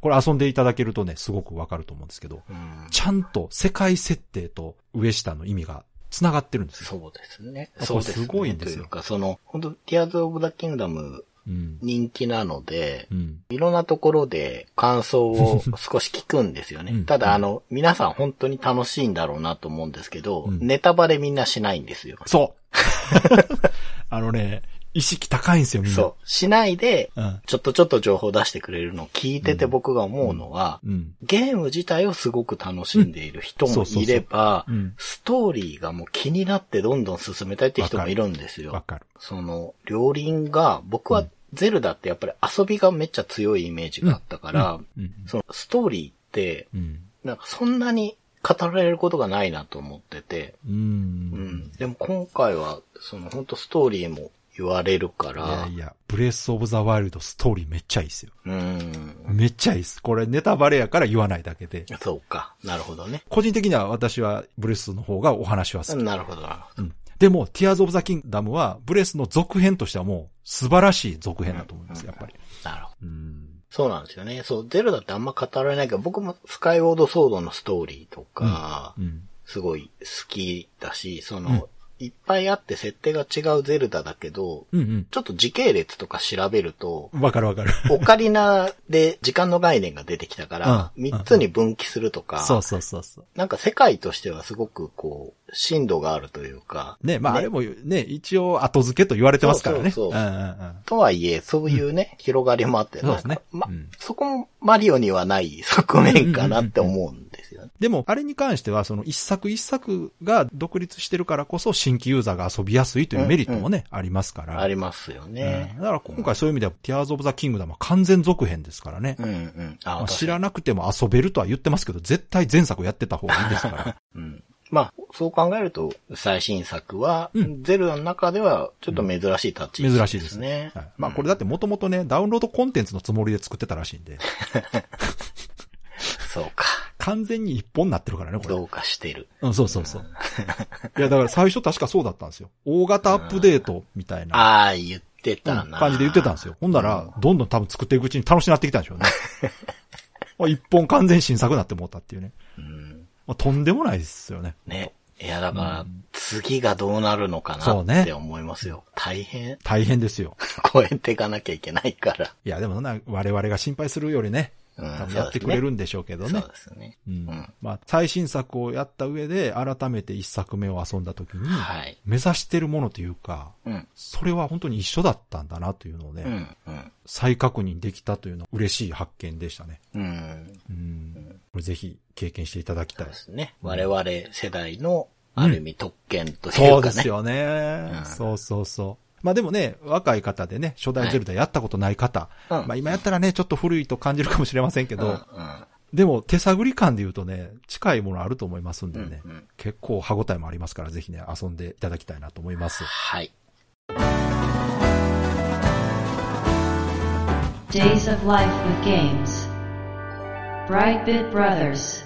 S2: これ遊んでいただけるとね、すごくわかると思うんですけど、
S3: うん。
S2: ちゃんと世界設定と上下の意味が繋がってるんですよ。
S3: そうですね。
S2: あ
S3: そうですね。
S2: これすごいんですよ
S3: というか、その、本当ティアーズ・オブ・ザ・キングダム
S2: うん。
S3: 人気なので
S2: う、ん。
S3: いろんなところで感想を少し聞くんですよ
S2: う
S3: ね
S2: ん。
S3: ただ、あの、皆さん本当に楽しいんだろうなと思うんですけど、
S2: うん
S3: ネタバレみんなしないんですよ。
S2: そう。 あのね、意識高いんですよ、みんな。
S3: そう。しないで、
S2: う。うん。
S3: ちょっとちょっと情報出してくれるのを聞いてて
S2: うん
S3: 僕が思うのは、
S2: うん。
S3: ゲーム自体をすごく楽しんでいる人
S2: うんそ
S3: も
S2: うそうそう
S3: いれば
S2: うん、
S3: ストーリーがもう気になってどんどん進めたいって人もいるんですよ
S2: わ。かる。
S3: その、両輪が、僕はゼルダってやっぱり遊びがめっちゃ強いイメージがあったから、
S2: うん。
S3: そのストーリーって、
S2: うん。
S3: なんかそんなに語られることがないなと思ってて、
S2: う。
S3: うんん。でも今回は、その本当ストーリーも言われる
S2: い
S3: か
S2: や
S3: ら、
S2: いや、ブレスオブザワイルドストーリーめっちゃいいですよ。
S3: うん。
S2: めっちゃいいです。これネタバレやから言わないだけで。
S3: そうか。なるほどね。
S2: 個人的には私はブレスの方がお話は好き。
S3: なるほどな。
S2: うん。でも、ティアーズ・オブ・ザ・キングダムは、ブレスの続編としてはもう素晴らしい続編だと思います、やっぱり。
S3: なるほど。
S2: うん。
S3: そうなんですよね。そう、ゼルダってあんま語られないけど、僕もスカイウォードソードのストーリーとか、
S2: うん。
S3: すごい好きだし、その、
S2: うん
S3: いっぱいあって設定が違うゼルダだけど、
S2: うん
S3: ちょっと時系列とか調べると
S2: う、ん。わかるわかる。
S3: オカリナで時間の概念が出てきたから、
S2: うん
S3: 三3つに分岐するとか、
S2: そうそうそうそう。
S3: なんか世界としてはすごくこう、深度があるというか、
S2: ね、まあ
S3: ね
S2: あれもね、一応後付けと言われてますからね。
S3: そうそう
S2: う
S3: そうん
S2: うんうん。
S3: とはいえ、そういうね、広がりもあって、
S2: そうですね
S3: なんかま
S2: うん
S3: そこもマリオにはない側面かなって思うんですよね。
S2: でも、あれに関しては、その一作一作が独立してるからこそ、新規ユーザーが遊びやすいというメリットもね、ありますから。
S3: ありますよね
S2: うん。だから今回そういう意味では、ティアーズ・オブ・ザ・キングダムは完全続編ですからね。
S3: うんうん。あ、
S2: まあ、
S3: 確かに
S2: 知らなくても遊べるとは言ってますけど、絶対前作やってた方がいいですから。
S3: うん。まあ、そう考えると、最新作は、
S2: うん
S3: ゼルダの中では、ちょっと珍しいタッチ、
S2: 珍しいです
S3: ね。
S2: はい、まあこれだってもともとね、ダウンロードコンテンツのつもりで作ってたらしいんで、
S3: そうか。
S2: 完全に一本になってるからね、これ。
S3: どうかしてる。
S2: うん、そうそうそう。 いや、だから最初確かそうだったんですよ。大型アップデートみたいな
S3: ああ、言ってたな、
S2: うん感じで言ってたんですよ。ほんなら、どんどん多分作っていくうちに楽しくなってきたんでしょう ね。まあ一本完全新作になってもうたっていうね。
S3: うん。
S2: まあ、とんでもないですよね。
S3: ね。いや、だから、
S2: うん
S3: 次がどうなるのか
S2: そう
S3: な
S2: ね
S3: って思いますよ。大変、
S2: 大変ですよ。
S3: 超えていかなきゃいけないから。
S2: いや、でもそんな我々が心配するよりね、
S3: うん
S2: 多分やってくれるんでしょうけど
S3: そう
S2: ね。
S3: ですね。
S2: うん
S3: うん
S2: まあ、最新作をやった上で、改めて一作目を遊んだ時に、
S3: はい。
S2: 目指してるものというか、
S3: うん。
S2: それは本当に一緒だったんだなというのをね、
S3: うん。うん。
S2: 再確認できたというのは嬉しい発見でしたね。
S3: うん。
S2: うん。これぜひ経験していただきた
S3: そう
S2: い
S3: で。すね。我々世代の、ある意味特権というかね。
S2: そうですよね、
S3: うん
S2: そうそうそう。まあでもね、若い方でね、初代ゼルダやったことない方、
S3: うん
S2: まあ今やったらね、ちょっと古いと感じるかもしれませんけ
S3: うん。
S2: ど、
S3: うん
S2: でも手探り感で言うとね、近いものあると思いますんでね、
S3: うんうん
S2: 結構歯応えもありますから、ぜひね、遊んでいただきたいなと思います。
S3: はい。
S1: Days of Life with Games. Brightbit Brothers.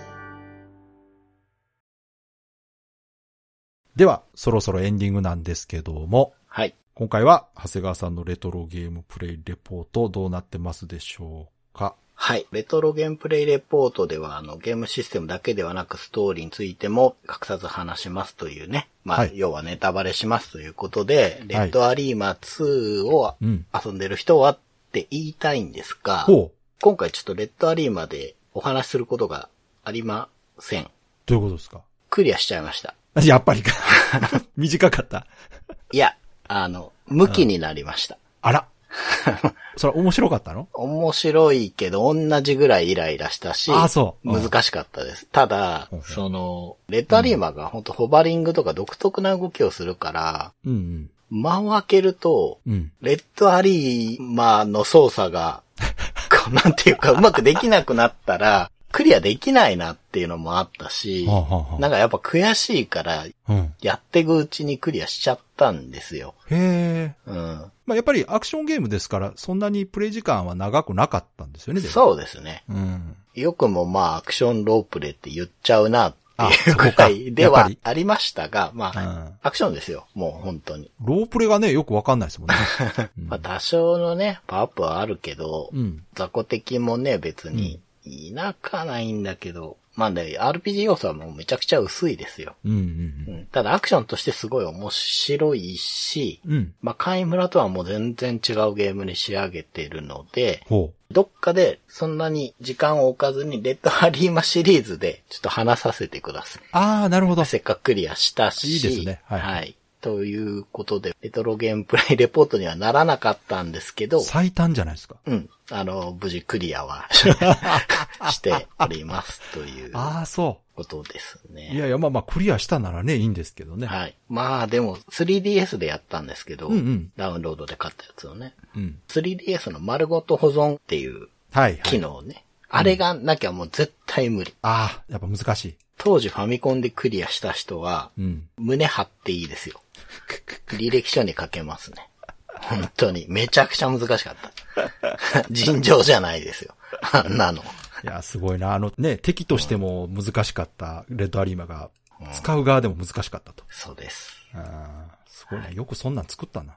S2: では、そろそろエンディングなんですけども、
S3: はい。
S2: 今回は長谷川さんのレトロゲームプレイレポートどうなってますでしょうか
S3: はい。レトロゲームプレイレポートでは、あの、ゲームシステムだけではなく、ストーリーについても、隠さず話しますというね。まあ、
S2: はい
S3: 要はネタバレしますということで、レ
S2: はい
S3: ッドアリーマ2を
S2: うん。
S3: 遊んでる人はって言いたいんですが、
S2: ほう。
S3: 今回ちょっとレッドアリーマでお話しすることがありません。
S2: どういうことですか
S3: クリアしちゃいました。
S2: やっぱりか。 短かった。
S3: いや、あの、無きになりました。
S2: あ ら。それ面白かったの
S3: 面白いけど、同じぐらいイライラしたし、
S2: あそううん
S3: 難しかったです。ただ
S2: うん、
S3: その、レッドアリーマが本当ホバリングとか独特な動きをするから、
S2: うん
S3: 間を開けると、
S2: うん。うん。
S3: レッドアリーマの操作が、 こうなんていうか、うまくできなくなったら、クリアできないなっていうのもあったし、
S2: はあはあはあ
S3: なんかやっぱ悔しいから、
S2: うん。
S3: やっていくうちにクリアしちゃったんですよ。
S2: へえ。
S3: うん。
S2: まあ、やっぱりアクションゲームですから、そんなにプレイ時間は長くなかったんですよね、でも
S3: そうですね。
S2: うん。
S3: よくもまあアクションロープレって言っちゃうなってい
S2: あ
S3: うくらいで
S2: やっ
S3: は
S2: ぱり
S3: ありましたが、ま
S2: う
S3: あ、
S2: ん。
S3: アクションですよ、もう本当に。
S2: ロープレがね、よくわかんないです もんね。うん
S3: まあ多少のね、パワーアップはあるけど、
S2: うん。
S3: 雑魚敵もね、別にいなかないんだけど、まあね、RPG 要素はもうめちゃくちゃ薄いですよ。
S2: うんうんう。
S3: うんん、ただアクションとしてすごい面白いし、
S2: うん。
S3: まあ、カイムラとはもう全然違うゲームに仕上げてるので、
S2: ほ
S3: どっかでそんなに時間を置かずにレッドハリーマシリーズでちょっと話させてください。
S2: う。ああ、なるほど。
S3: せっかくクリアしたし。
S2: いいですねは
S3: はいい。ということで、レトロゲームプレイレポートにはならなかったんですけど、
S2: 最短じゃないですか。
S3: うん。あの、無事クリアはしておりますという
S2: ああ、そ
S3: ことです
S2: う。い
S3: ね。
S2: やいや、まあまあ、クリアしたならね、いいんですけどね。
S3: はい。まあでも 3DS でやったんですけど、
S2: うんうん
S3: ダウンロードで買ったやつをね。
S2: うん。
S3: 3DS の丸ごと保存っていう
S2: はい、はい。
S3: 機能ね。あれがなきゃもう絶対無理。
S2: ああ、やっぱ難しい。
S3: 当時ファミコンでクリアした人は、
S2: うん。
S3: 胸張っていいですよ。履歴書に書けますね。本当に。めちゃくちゃ難しかった。尋常じゃないですよ。あんなの。
S2: いや、すごいな。あのね、敵としても難しかった、レッドアリーマが、使う側でも難しかったと。
S3: そうです。
S2: ああ、すごいな。よくそんなん作ったな。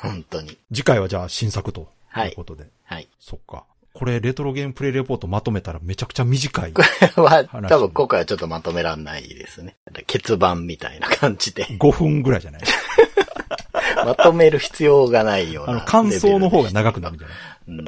S3: 本当に。
S2: 次回はじゃあ新作と。
S3: はい
S2: いうことで。
S3: はい。
S2: そっか。これ、レトロゲームプレイレポートまとめたらめちゃくちゃ短い。
S3: は、
S2: 話、
S3: 多分今回はちょっとまとめらんないですね。欠番みたいな感じで
S2: 5分ぐらいじゃない
S3: まとめる必要がないよう
S2: あ
S3: な
S2: の、感想の方が長くなる
S3: な
S2: んじゃない
S3: うん、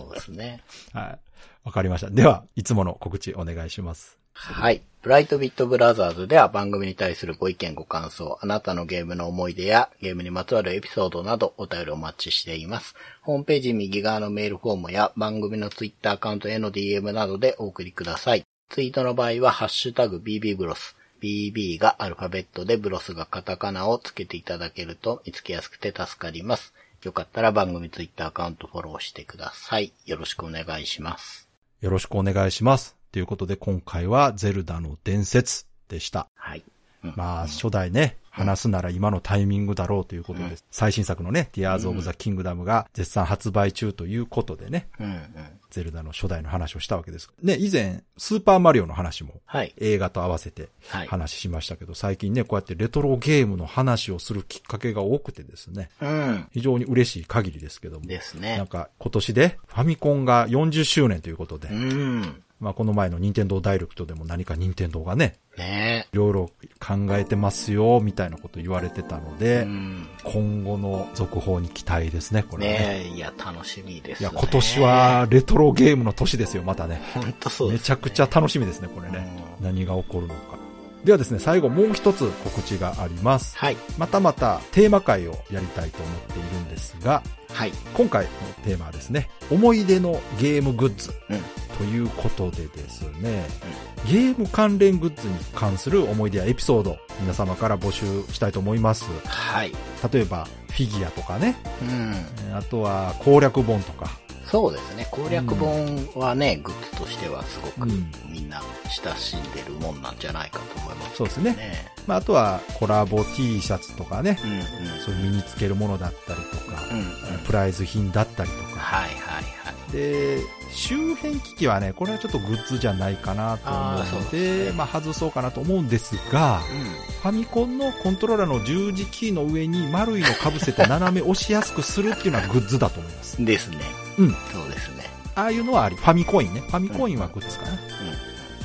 S3: そうですね。
S2: はい。わかりました。では、いつもの告知お願いします。
S3: はい。ブライトビットブラザーズでは番組に対するご意見ご感想、あなたのゲームの思い出やゲームにまつわるエピソードなどお便りお待ちしています。ホームページ右側のメールフォームや番組のツイッターアカウントへの DM などでお送りください。ツイートの場合はハッシュタグ BB ブロス。BB がアルファベットでブロスがカタカナをつけていただけると見つけやすくて助かります。よかったら番組ツイッターアカウントフォローしてください。よろしくお願いします。
S2: よろしくお願いします。ということで、今回はゼルダの伝説でした。
S3: はい。うん
S2: まあ、初代ね、話すなら今のタイミングだろうということです。最新作のね、Tears of the Kingdom が絶賛発売中ということでね、
S3: うんうん。
S2: ゼルダの初代の話をしたわけです。ね、以前、スーパーマリオの話も
S3: はい。
S2: 映画と合わせて
S3: はい
S2: 話しましたけど、最近ね、こうやってレトロゲームの話をするきっかけが多くてですね、
S3: うん。
S2: 非常に嬉しい限りですけども。
S3: です
S2: なん
S3: ね。
S2: か今年でファミコンが40周年ということで、
S3: うん。
S2: まあこの前の任天堂ダイレクトでも何か任天堂がね、
S3: ね
S2: いろいろ考えてますよ、みたいなこと言われてたの
S3: え。
S2: で、
S3: うん。
S2: 今後の続報に期待ですね、これね。
S3: ねえ、いや、楽しみです
S2: いや、
S3: ね。
S2: 今年、はレトロゲームの年ですよ、またね。
S3: 本当そう
S2: め
S3: です。
S2: ちゃくちゃ楽しみですね、これね。何が起こるのか。ではですね、最後もう一つ告知があります。
S3: はい。
S2: またまたテーマ会をやりたいと思っているんですが、
S3: はい。
S2: 今回のテーマはですね、思い出のゲームグッズ
S3: うん。
S2: ということでですね、ゲーム関連グッズに関する思い出やエピソード、皆様から募集したいと思います。
S3: はい。
S2: 例えば、フィギュアとかね、
S3: うん。
S2: えーあとは攻略本とか、
S3: そうですね。攻略本はね、グッズとしてはすごく
S2: うん
S3: みんな親しんでるもんなんじゃないかと思います
S2: そうですね。
S3: ね。
S2: まあ、あとはコラボ T シャツとかね
S3: う、んうん。
S2: そういう身につけるものだったりとか、
S3: うんうん。
S2: プライズ品だったりとか、
S3: はいはいはい。
S2: で、周辺機器はね、これはちょっとグッズじゃないかなと
S3: あー
S2: 思うの
S3: そう
S2: で、
S3: ですね
S2: まあ外そうかなと思うんですが、
S3: う
S2: ファミコンのコントローラーの十字キーの上に丸いの被せて斜め押しやすくするっていうのはグッズだと思います。
S3: ん。ですね。
S2: うん。
S3: そうですね。
S2: ああいうのはあり。ファミコインね。ファミコインはグッズかな。だ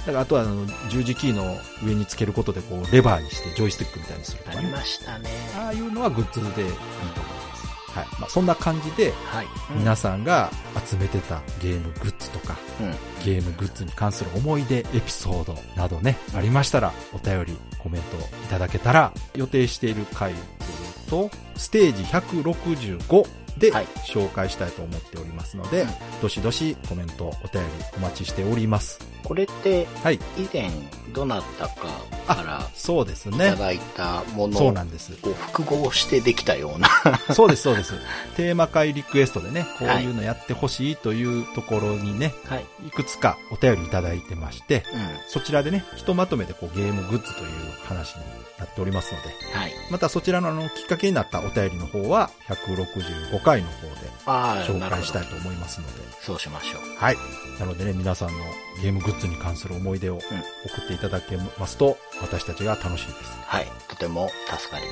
S2: からあとはあの十字キーの上につけることでこうレバーにしてジョイスティックみたいにすると
S3: うん。
S2: か
S3: あり
S2: ね。
S3: ましたね。
S2: ああいうのはグッズでいいと思います。はい。まあそんな感じで
S3: はい。
S2: 皆さんが集めてたゲームグッズとか、
S3: うん。
S2: ゲームグッズに関する思い出エピソードなどね、ありましたらお便り、コメントいただけたら、予定している回で言うと、ステージ165で
S3: はい
S2: 紹介したいと思っておりますので、
S3: うん
S2: どしどしコメント、お便りお待ちしております。
S3: これって、
S2: はい。
S3: 以前どなたかか
S2: そうです
S3: らい
S2: ね
S3: た。だいたもの
S2: そう
S3: を
S2: なんです。
S3: こう複合してできたような。
S2: そうです、そう です。テーマ会リクエストでね、こういうのやってほしいというところにね、
S3: はい。
S2: いくつかお便りいただいてまして、
S3: うん。
S2: そちらでね、ひとまとめてこうゲームグッズという話になっておりますので、
S3: はい。
S2: またそちらのあのきっかけになったお便りの方は、165回の方で
S3: ああ、
S2: 紹介した
S3: ないる
S2: と思いますので、
S3: ほど。そうしましょう。
S2: はい。なのでね、皆さんのゲームグッズに関する思い出を送っていただけますと、私たちが楽しいです。
S3: はい。とても助かり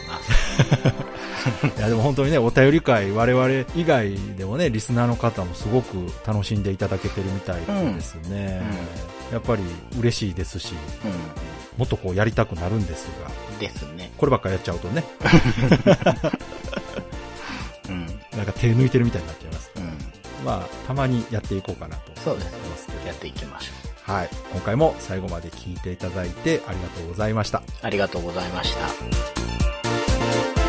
S3: ます。
S2: いや、でも本当にね、お便り会、我々以外でもね、リスナーの方もすごく楽しんでいただけてるみたいですね。やっぱり嬉しいですし、
S3: う
S2: もっとこうやりたくなるんですが、
S3: ん。ですね。
S2: こればっかりやっちゃうとね、
S3: うん。
S2: なんか手抜いてるみたいになっちゃいます。
S3: うん。
S2: まあ、たまにやっていこうかなと
S3: そうで
S2: 思いますけど
S3: す。やっていきましょう。
S2: はい。今回も最後まで聞いていただいてありがとうございました。
S3: ありがとうございました。した。